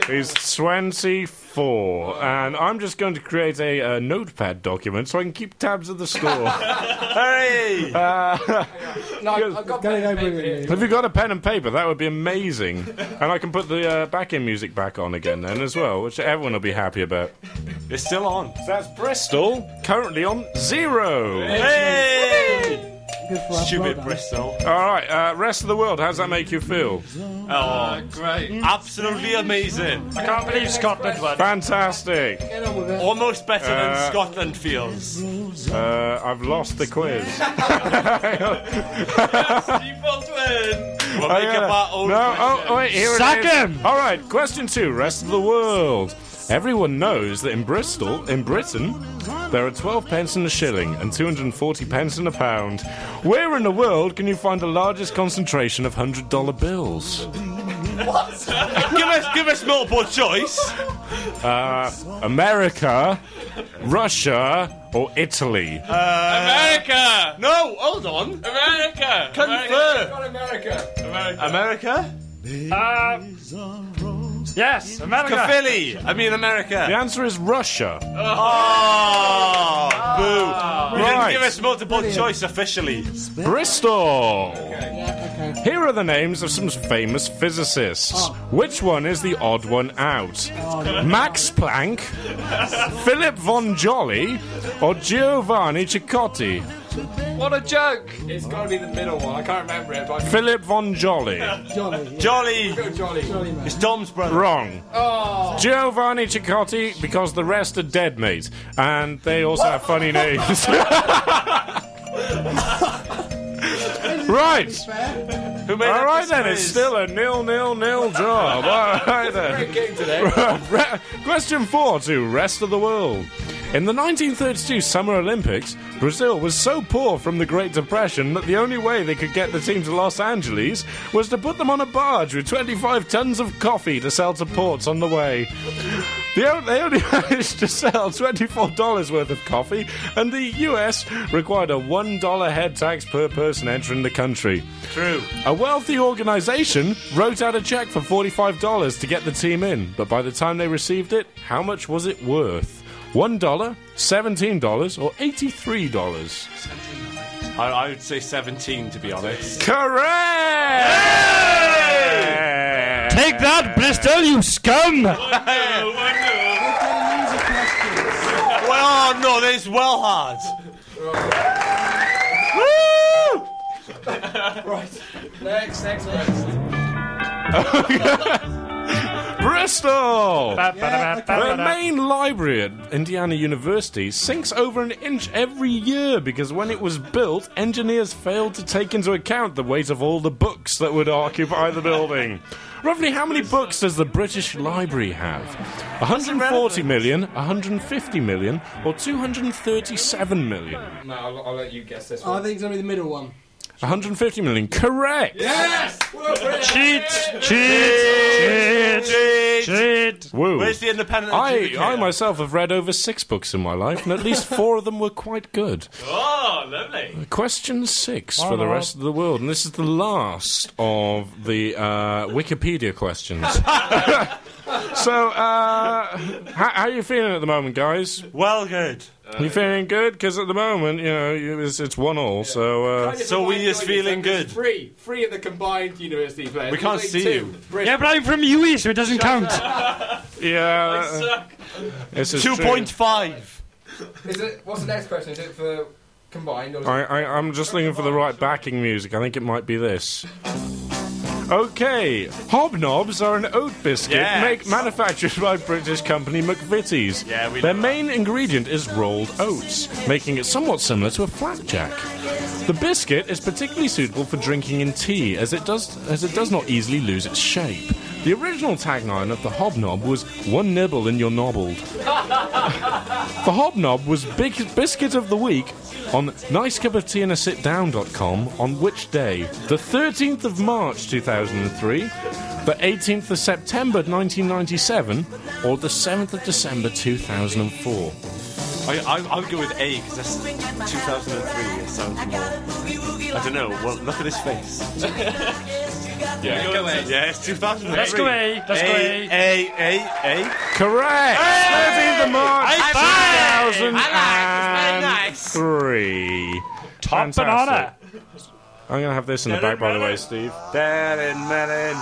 E: He's 24, and I'm just going to create a, uh notepad document so I can keep tabs of the score. Uh, Hey! [laughs]
C: No, I've got pen and paper here.
E: have you got a pen and paper? That would be amazing. [laughs] And I can put the uh, back-in music back on again then as well, which everyone will be happy about. It's still on. So that's Bristol, currently on zero.
H: Good for us.
P: Stupid Bristol.
E: All right, uh, rest of the world. How's that make you feel?
P: Oh, great. Absolutely amazing.
J: I can't believe Scotland won.
E: Fantastic.
P: Almost better
E: Uh,
P: than Scotland feels.
E: Uh, I've lost the quiz.
P: We'll
E: I
P: make
E: gotta-
P: up our own
E: Oh, No, oh,
P: version.
E: oh, wait, here
P: Sack
E: it is.
P: him!
E: All right, question two, rest of the world. Everyone knows that in Bristol, in Britain, there are 12 pence in a shilling and 240 pence in a pound. Where in the world can you find the largest concentration of $100 bills?
P: What? give us, give us
C: [laughs]
P: multiple choice.
E: Uh, America, Russia, or Italy?
P: America. Uh, No, hold on. America. Confer.
C: America.
P: America.
J: Uh, yes, America.
P: Philly. I mean America.
E: The answer is Russia.
C: Ah.
P: Oh, boo. You
E: Right.
P: didn't give us multiple choice officially.
E: Bristol. Here are the names of some famous physicists. Which one is the odd one out? Max Planck, Philip von Jolly, or Giovanni Chicotti?
C: What a joke! It's got to be the middle one. I can't remember it, but I
E: Philip von Jolly.
H: Jolly.
P: Jolly.
C: go Jolly.
P: It's Dom's brother.
E: Wrong.
C: Oh,
E: Giovanni Chicotti, because the rest are dead, mate. And they also have funny names. right.
P: Who made
E: All
P: up
E: right
P: this
E: then, it's
P: quiz?
E: still a nil nil
C: [laughs]
E: nil job. All right then.
C: great game today.
E: [laughs] Re- Question four to rest of the world. In the 1932 Summer Olympics, Brazil was so poor from the Great Depression that the only way they could get the team to Los Angeles was to put them on a barge with 25 tons of coffee to sell to ports on the way. The o- they only [laughs] managed to sell $24 worth of coffee, and the US required a $1 head tax per person entering the country.
P: True.
E: A wealthy organization wrote out a check for $45 to get the team in, but by the time they received it, how much was it worth? $1, $17, or $83?
P: I, I would say 17 to be honest. Eh.
E: [laughs] Correct!
J: Take that, Bristol, you
P: [laughs]
J: scum.
P: Well, oh, no, there's well hard.
H: [laughs] right. Next, next, next.
E: Bristol!
H: Yeah,
E: the main library at Indiana University sinks over an inch every year because when it was built, engineers failed to take into account the weight of all the books that would occupy the building. Roughly how many books does the British Library have? 140 million, 150 million, or 237 million?
C: No, I'll, I'll let you guess
E: Uh,
C: this
H: I think it's gonna be the middle one.
E: 150 million, correct!
H: Yes!
J: Cheat!
E: Cheat!
P: Cheat!
E: Woo.
P: Where's the independent
E: I,
P: adjudicator?
E: I myself have read over six books in my life, and at least four of them were quite good.
P: [laughs] Oh, lovely.
E: Question six
P: Why
E: for the
P: not?
E: rest of the world, and this is the last of the uh, Wikipedia
P: [laughs]
E: questions. so, uh, how, how are you feeling at the moment, guys?
P: Well, good.
E: you feeling good? Because at the moment, you know, you- it's, it's one all. So, uh,
C: Three, three of the combined university players.
E: We can't
C: There's
E: see
C: two.
E: you.
C: Bristol.
J: Yeah, but I'm from UE, so it doesn't count.
H: Uh,
E: Yeah. This is true.
P: five.
C: Is it? What's the next question? Is it for combined? Or is
E: I,
C: it-
E: I, I'm just looking for the right backing music. I think it might be this. Okay, hobnobs are an oat biscuit
P: Yes.
E: make, manufactured by British company McVitie's.
P: Yeah, we
E: Their
P: know
E: main ingredient is rolled oats, making it somewhat similar to a flapjack. The biscuit is particularly suitable for drinking in tea, as it does as it does not easily lose its shape. The original tagline of the hobnob was "One nibble and you're nobbled." The Hobnob was big biscuit of the week on nicecupofteeandasitdown.com on which day? The 13th of March 2003, the 18th of September 1997, or the 7th of December 2004?
P: I, I, I would go with A because that's 2003. It sounds more. I don't know. Well, look at his face.
E: Yeah.
P: Go with- yeah, it's 2003.
J: Let's go A, let's go A.
P: A, A, A.
E: Correct! 13th of March 2003.
J: Top
E: Fantastic.
J: banana.
E: I'm going to have this in the back, by the way, Steve.
P: Dead and melon.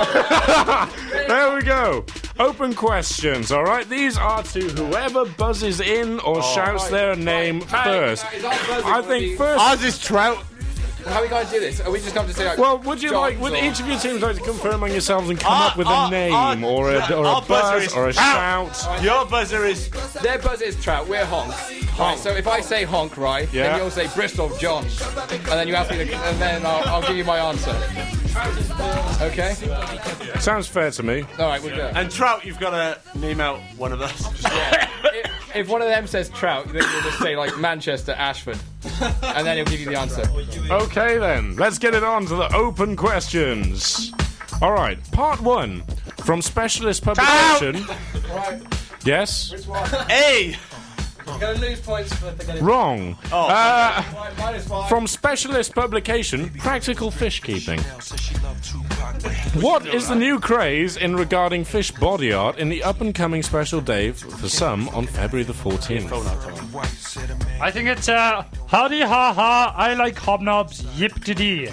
E: [laughs] there we go. Open questions, all right? These are to whoever buzzes in or shouts their name first.
C: Is our buzzing
E: I
C: gonna be-
E: think first.
C: Ours
P: is trout.
C: How are we going to do this? Are we just going to say like?
E: Well, would you
C: John's
E: like? Would
C: or-
E: each of your teams like to confirm among yourselves and come
P: Our-
E: up with a
P: our-
E: name
P: our-
E: or a, or a
P: our buzzer
E: buzz
P: is
E: or a
P: trout.
E: shout?
P: Your buzzer is.
C: Their buzzer is trout. We're honk. Right, so if I say honk, right,
E: Yeah.
C: then you'll say Bristol John, and then you ask me, the, and then I'll, I'll give you my answer. Okay.
E: Sounds fair to me.
C: All right, we'll do it.
P: And trout, you've got to name out one of us.
C: If one of them says trout, then you'll just say like Manchester Ashford, and then he'll give you the answer.
E: Okay, then, let's get it on to the open questions. All right, part one from specialist publication.
H: Right.
E: Yes?
H: Which one?
P: A.
H: You're gonna lose points for the game.
E: Wrong.
P: Oh.
E: Uh,
H: Right, minus five.
E: From specialist publication Practical Fish Keeping. What is the new craze in regarding fish body art in the up and coming special day f- for some on February the 14th?
J: I think it's uh, howdy ha ha, I like hobnobs, yip to dee.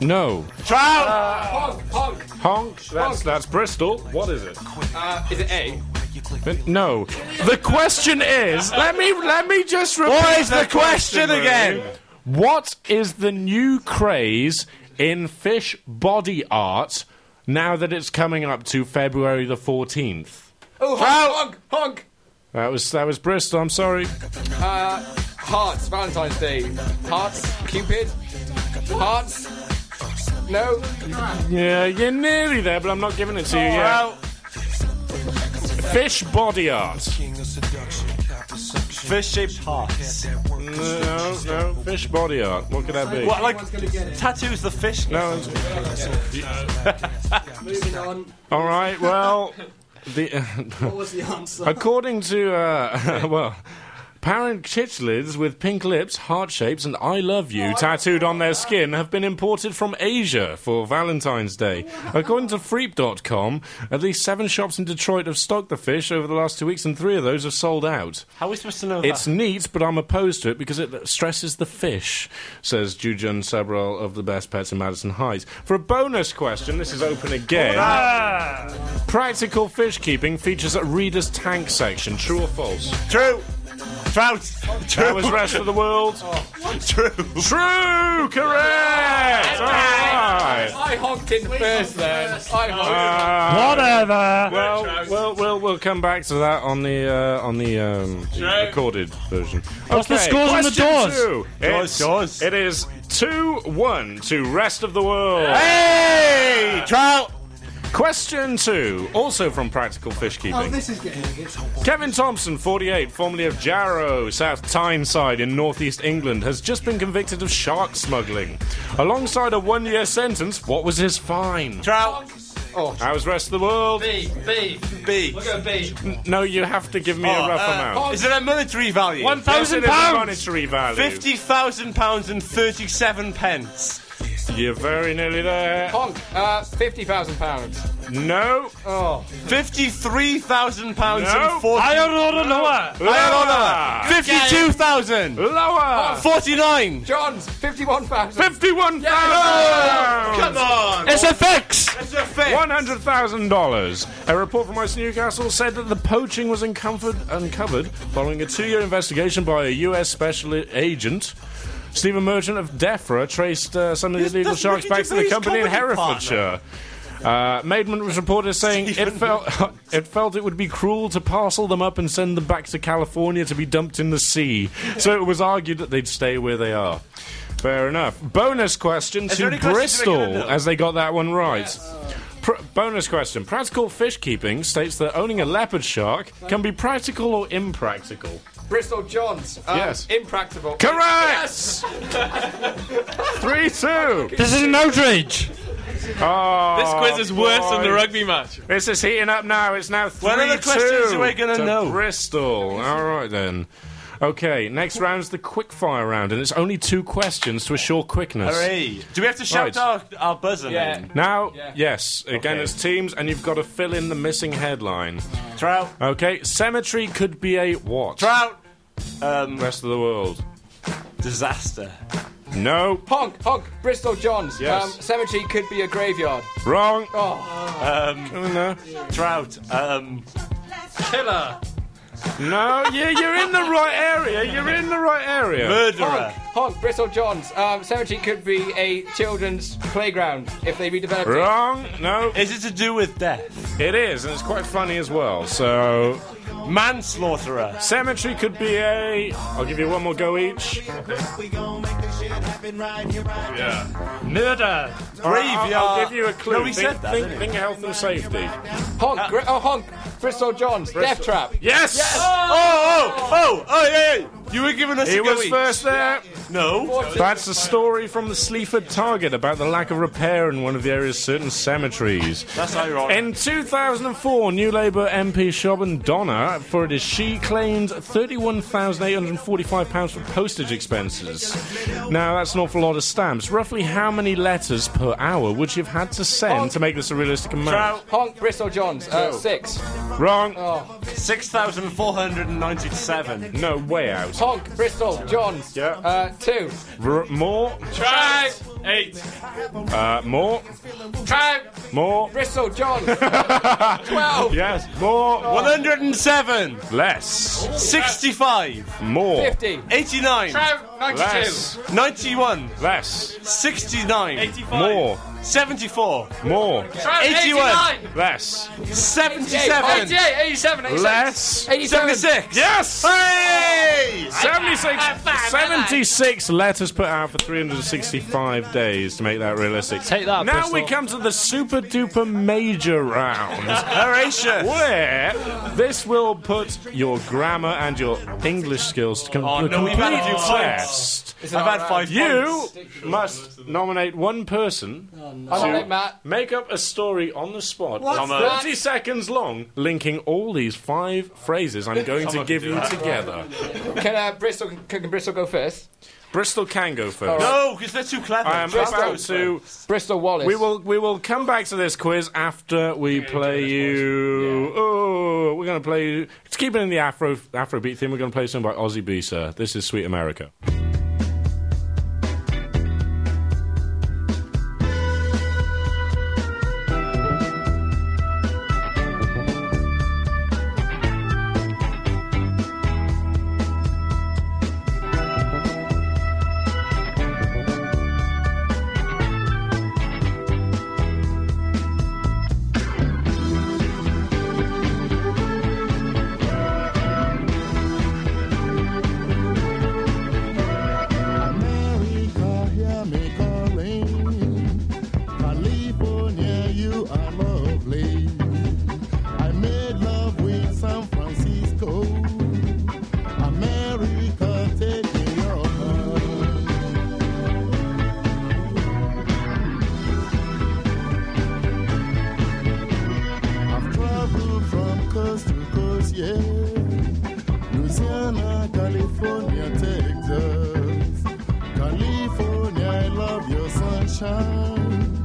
E: No.
P: Trout.
J: Uh,
C: honk, honk.
E: Honk. That's, that's Bristol. What is it?
C: Uh, is it A?
E: But No. The question is. Let me let me just repeat.
P: What is the question
E: will you?
P: again?
E: What is the new craze in fish body art now that it's coming up to February the fourteenth?
C: Oh, honk, honk,
E: That was that was Bristol. I'm sorry.
C: honk. Uh, hearts. Valentine's Day. Hearts. Cupid. Hearts. No.
E: Yeah, you're nearly there, but I'm not giving it to you yet.
P: Trout.
E: Fish body art.
P: Fish shaped hearts.
E: No, no. Fish body art. What could that be?
P: What, [laughs] like tattoos the fish?
E: No.
P: [laughs]
H: Moving on.
E: All right. Well, the. uh,
H: What was the answer?
E: According to, uh, [laughs] well, parent chitlids with pink lips, heart shapes, and I love you tattooed on their skin have been imported from Asia for Valentine's Day. According to Freep.com, at least seven shops in Detroit have stocked the fish over the last two weeks, and three of those have sold out.
P: How are we supposed to know
E: It's
P: that?
E: neat, but I'm opposed to it because it stresses the fish, says Jujun Sabral of the Best Pets in Madison Heights. For a bonus question, this is open again. Practical fish keeping features a reader's tank section. True or false?
P: True. Trout. True.
E: was rest of the world.
P: [laughs] True.
E: True. Correct. All right.
C: I honked it first then. I
E: Uh,
C: honked
J: Whatever.
E: Well, well, we'll we'll come back to that on the uh, on the um, recorded version.
J: What's the
E: Okay,
J: scores on the
E: question
J: doors?
E: Two. It's, It is two one to rest of the world.
P: Hey, trout.
E: Question two, also from Practical Fish Keeping.
H: Oh, this is getting ridiculous.
E: Kevin Thompson, 48, formerly of Jarrow, South Tyneside in northeast England, has just been convicted of shark smuggling. Alongside a one year sentence, what was his fine?
P: Trout.
E: Oh. How's rest of the world?
P: B. B. B. We'll go B.
E: No, you have to give me a rough amount.
P: Oh, uh, Is it a monetary value?
E: One thousand Yes, it is a pounds. monetary value.
P: Fifty thousand pounds and thirty-seven pence.
E: You're very nearly there.
C: Honk. Uh, fifty thousand pounds.
E: No.
C: Oh.
P: Fifty-three thousand pounds
C: No.
P: and forty.
C: I
J: don't know the lower.
P: I
C: Lower.
P: don't know. Fifty-two thousand.
E: Lower.
P: Forty-nine.
C: John's fifty-one thousand.
E: Fifty-one
C: thousand.
P: Come on.
J: SFX.
P: SFX.
E: One hundred thousand dollars. A report from West Newcastle said that the poaching was uncovered, uncovered following a two-year investigation by a U.S. special agent. Stephen Merchant of DEFRA traced uh, some of the illegal
P: that's
E: sharks
P: Ricky
E: back to the
P: Gervais'
E: company in
P: comedy
E: Herefordshire. Uh, Maidman was reported as saying it felt [laughs] it felt it would be cruel to parcel them up and send them back to California to be dumped in the sea. So it was argued that they'd stay where they are. Fair enough. Bonus question
P: Is there
E: to
P: any questions we can
E: Bristol
P: handle?
E: as they got that one right. Pr- bonus question: Practical fish keeping states that owning a leopard shark can be practical or impractical.
C: Bristol John's. Um,
E: Yes.
C: Impractical.
E: Correct.
C: Yes. [laughs]
E: Three two.
J: This is an outrage.
E: Oh,
P: This quiz is worse than the
E: boy.
P: rugby match.
E: This is heating up now. It's now three
P: When are the questions
E: two
P: we're gonna
E: to
P: know?
E: Bristol. All right then. Okay, next round's the quickfire round, and it's only two questions to assure quickness.
P: Hooray. Do we have to
E: Right.
P: shout our, our buzzer
C: Yeah.
P: name?
E: Now,
C: Yeah.
E: yes, again,
P: Okay.
E: it's teams, and you've got to fill in the missing headline.
P: Trout.
E: Okay, cemetery could be a what?
P: Trout. Um,
E: Rest of the world.
P: disaster.
E: No.
C: Honk, honk, Bristol John's.
E: Yes.
C: Um, cemetery could be a graveyard.
E: Wrong.
C: Oh,
P: Um,
E: No.
P: trout. Um,
C: killer.
E: No, you, you're in the right area. You're in the right area.
P: murderer.
C: Honk, honk, Bristol John's. Um, cemetery could be a children's playground if they redeveloped it.
E: Wrong. No.
P: Is it to do with death?
E: It is, and it's quite funny as well. So,
P: Manslaughterer.
E: cemetery could be a. I'll give you one more go each.
J: Murder.
E: I'll- I'll
P: Graveyard.
E: give you a clue.
P: No, we
E: think,
P: said that,
E: Think,
P: didn't we?
E: think health and safety.
C: Honk, gri- oh, honk, Bristol John's. Death Trap.
E: Yes.
P: Oh, oh, oh, oh, yeah, yeah. You were giving us
E: He
P: a go
E: was
P: each.
E: first there.
P: No.
E: That's a story from the Sleaford Target about the lack of repair in one of the area's certain cemeteries.
P: That's ironic.
E: In 2004, New Labour MP Shoban Donna, for it is she, claimed £31,845 for postage expenses. Now, that's an awful lot of stamps. Roughly how many letters per hour would you have had to send to make this a realistic amount?
C: Honk, Bristol John's. Uh, six.
E: Wrong.
P: 6,497.
E: Oh. No, Uh, way out.
C: Honk, Bristol John's.
E: Yeah.
C: Uh, two.
E: R- more.
C: Try. Eight.
E: Uh, more.
C: Try.
E: More.
C: Bristol
E: [laughs]
C: John's. Twelve.
E: Yes. More.
P: 107.
E: Less.
P: 65.
E: More.
C: Fifty.
P: 89.
E: Less.
P: 91.
E: Less.
P: 69.
E: More.
P: 74.
E: More.
P: 81.
E: Less.
P: 77.
C: 87,
E: Less.
P: 76.
E: Yes!
P: Hey!
E: 76, 76 letters per hour for 365 days to make that realistic.
J: Take that,
E: Now
J: Bristol.
E: we come to the super duper major round,
P: [laughs] Horatius.
E: where this will put your grammar and your English skills to come
P: Oh,
E: to a
P: no, we've had a few
E: complete test.
P: I've had five
E: You
P: points.
E: must nominate one person
C: I'll nominate Matt.
E: Make up a story on the spot,
P: Thomas.
E: 30 seconds long, linking all these five phrases I'm going to give you together.
C: Can uh, Bristol can, can Bristol go first?
E: Bristol can go first.
P: No, because they're too clever.
E: I am
P: Just
E: about
P: those.
E: to.
C: Bristol Wallace.
E: We will we will come back to this quiz after we play you. Oh, we're going to play. you- Let's keep it in the Afro Afrobeat theme. We're going to play something by Ozzy Bisa. This is Sweet America.
Q: love your sunshine.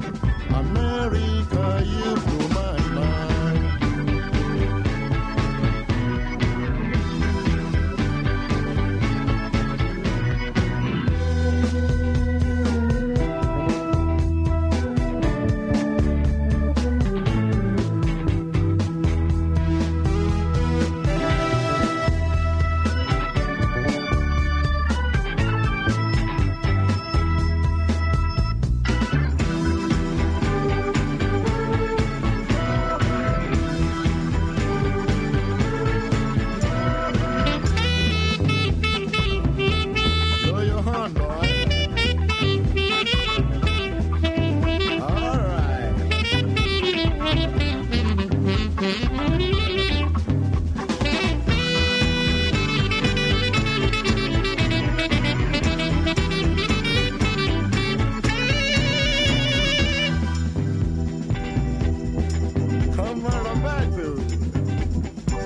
Q: America, you blew my mind. Blow your horn, boy. All right. Come right on back to it.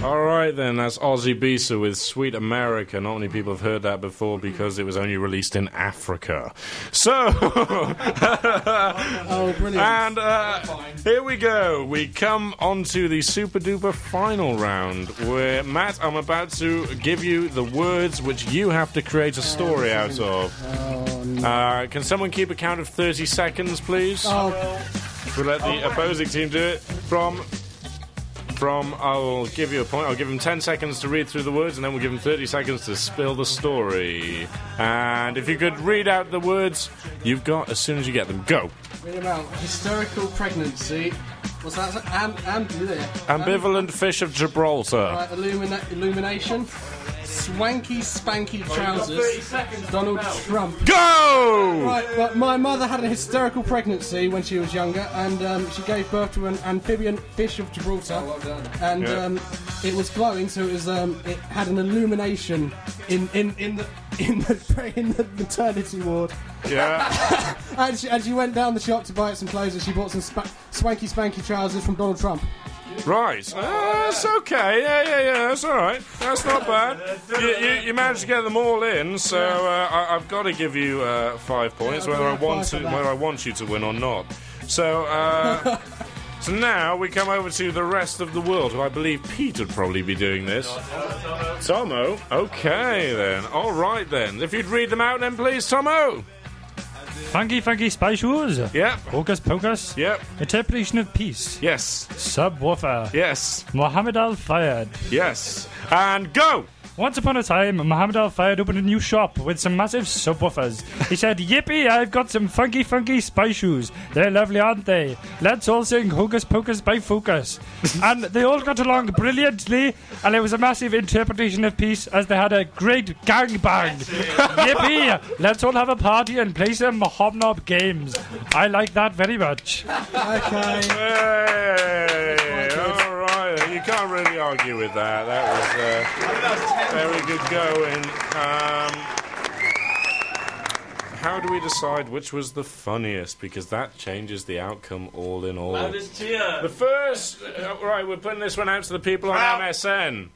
E: All right, then, that's Ozzy Bisa with Sweet America. Not many people have heard that before because it was only released in Africa. So, oh,
D: brilliant.
E: And uh, here we go. We come on to the super duper final round where, Matt, I'm about to give you the words which you have to create a story out of. Uh, can someone keep a count of 30 seconds, please? We'll let the opposing team do it. From from, I'll give you a point. I'll give him 10 seconds to read through the words, and then we'll give him 30 seconds to spill the story. And if you could read out the words you've got as soon as you get them, go.
D: Read 'em out. Hysterical pregnancy. What's that? Am, am,
E: Ambivalent fish of Gibraltar.
D: Right, illumina- illumination. Swanky, spanky trousers. Donald Trump.
E: Go!
D: Right, but my mother had a hysterical pregnancy when she was younger, and um, she gave birth to an amphibian fish of Gibraltar. And
E: Yeah.
D: um, it was glowing, so it was um, it had an illumination in in in the in the, [laughs] pre- in the maternity ward.
P: [laughs]
E: Yeah.
D: And she, and she went down the shop to buy some clothes, and she bought some spa- swanky, spanky trousers from Donald Trump.
E: Right. Ah, that's okay. Yeah, yeah, yeah. That's all right. That's not bad. You, you, you managed to get them all in, so uh, I, I've got to give you uh, five points,
R: Yeah, I'll
E: whether I
R: give you
E: want
R: five
E: to,
R: for that.
E: whether I want you to win or not. So.
R: [laughs]
E: Uh, So now we come over to the rest of the world, who I believe Pete would probably be doing this. Tomo? Okay then. Alright then. If you'd read them out then please, Tomo!
J: Funky, funky space wars.
E: Yep.
J: Hocus pocus.
E: Yep.
J: Interpretation of peace.
E: Yes.
J: Subwoofer.
E: Yes.
J: Muhammad Al Fayed.
E: Yes. And go!
J: Once upon a time, Muhammad Al Fayed opened a new shop with some massive subwoofers. He said, Yippee, I've got some funky, funky spy shoes. They're lovely, aren't they? Let's all sing Hocus Pocus by Focus. and they all got along brilliantly, and it was a massive interpretation of peace as they had a great gangbang. Yippee, let's all have a party and play some hobnob games. I like that very much.
D: Okay.
E: Hey, all right. You can't really argue with that. That was uh, very good going. Um, how do we decide which was the funniest? Because that changes the outcome all in all.
P: cheer.
E: The first. Uh, right, we're putting this one out to the people on MSN.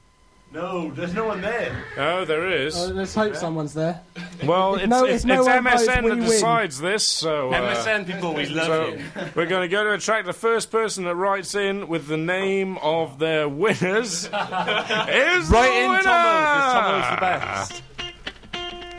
P: No, there's no one there.
E: Oh, there is.
D: Oh, let's hope someone's there.
E: Well,
D: If
E: it's,
D: no-
E: it's,
D: if no
E: it's
D: one votes,
E: MSN
D: we
E: that
D: win.
E: decides this. So uh,
P: MSN people, we love
E: so
P: you.
E: [laughs] We're going to go to attract the first person that writes in with the name of their
P: [laughs]
E: winners. is
P: Write
E: the
P: in Tomo,
E: winner.
P: 'cause Tomo's the best.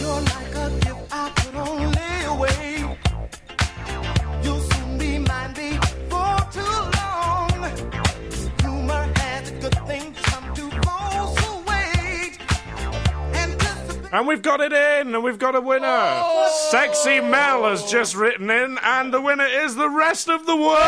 F: You're like a gift I could only wait. You'll soon be mine before too long. Humor has a good thing come to fall, so wait.
E: And we've got it in, and we've got a winner.
P: Oh!
E: Sexy Mel has just written in, and the winner is the rest of the world.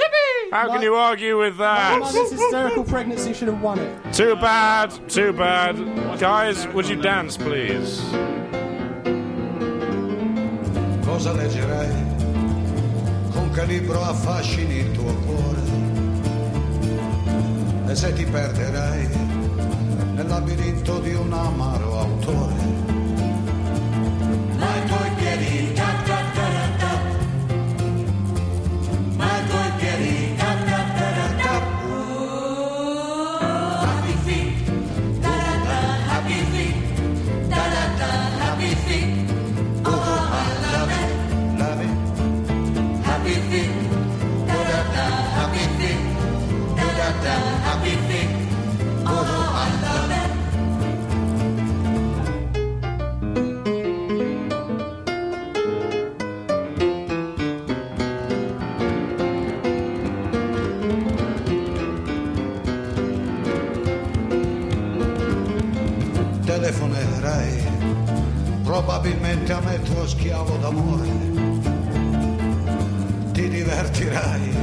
E: Yippee! How can you argue with that?
H: This hysterical pregnancy should have won it.
E: Too bad, too bad. Guys, would you dance, please?
S: Cosa leggerai? Con che libro affascini il tuo cuore? E se ti perderai nel labirinto di un amaro autore? Ma i tuoi piedi, ta ta ta ta ta. Ma i tuoi piedi, ta ta ta ta ta. Happy feet, ta ta ta, happy feet, ta ta ta, happy feet. Oh, I love it, love it. Happy feet, da da da, happy feet, da da da, happy feet. Oh, I love it. telefonerai probabilmente a me tuo schiavo d'amore. Ti divertirai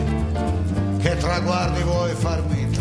S: che traguardi vuoi farmi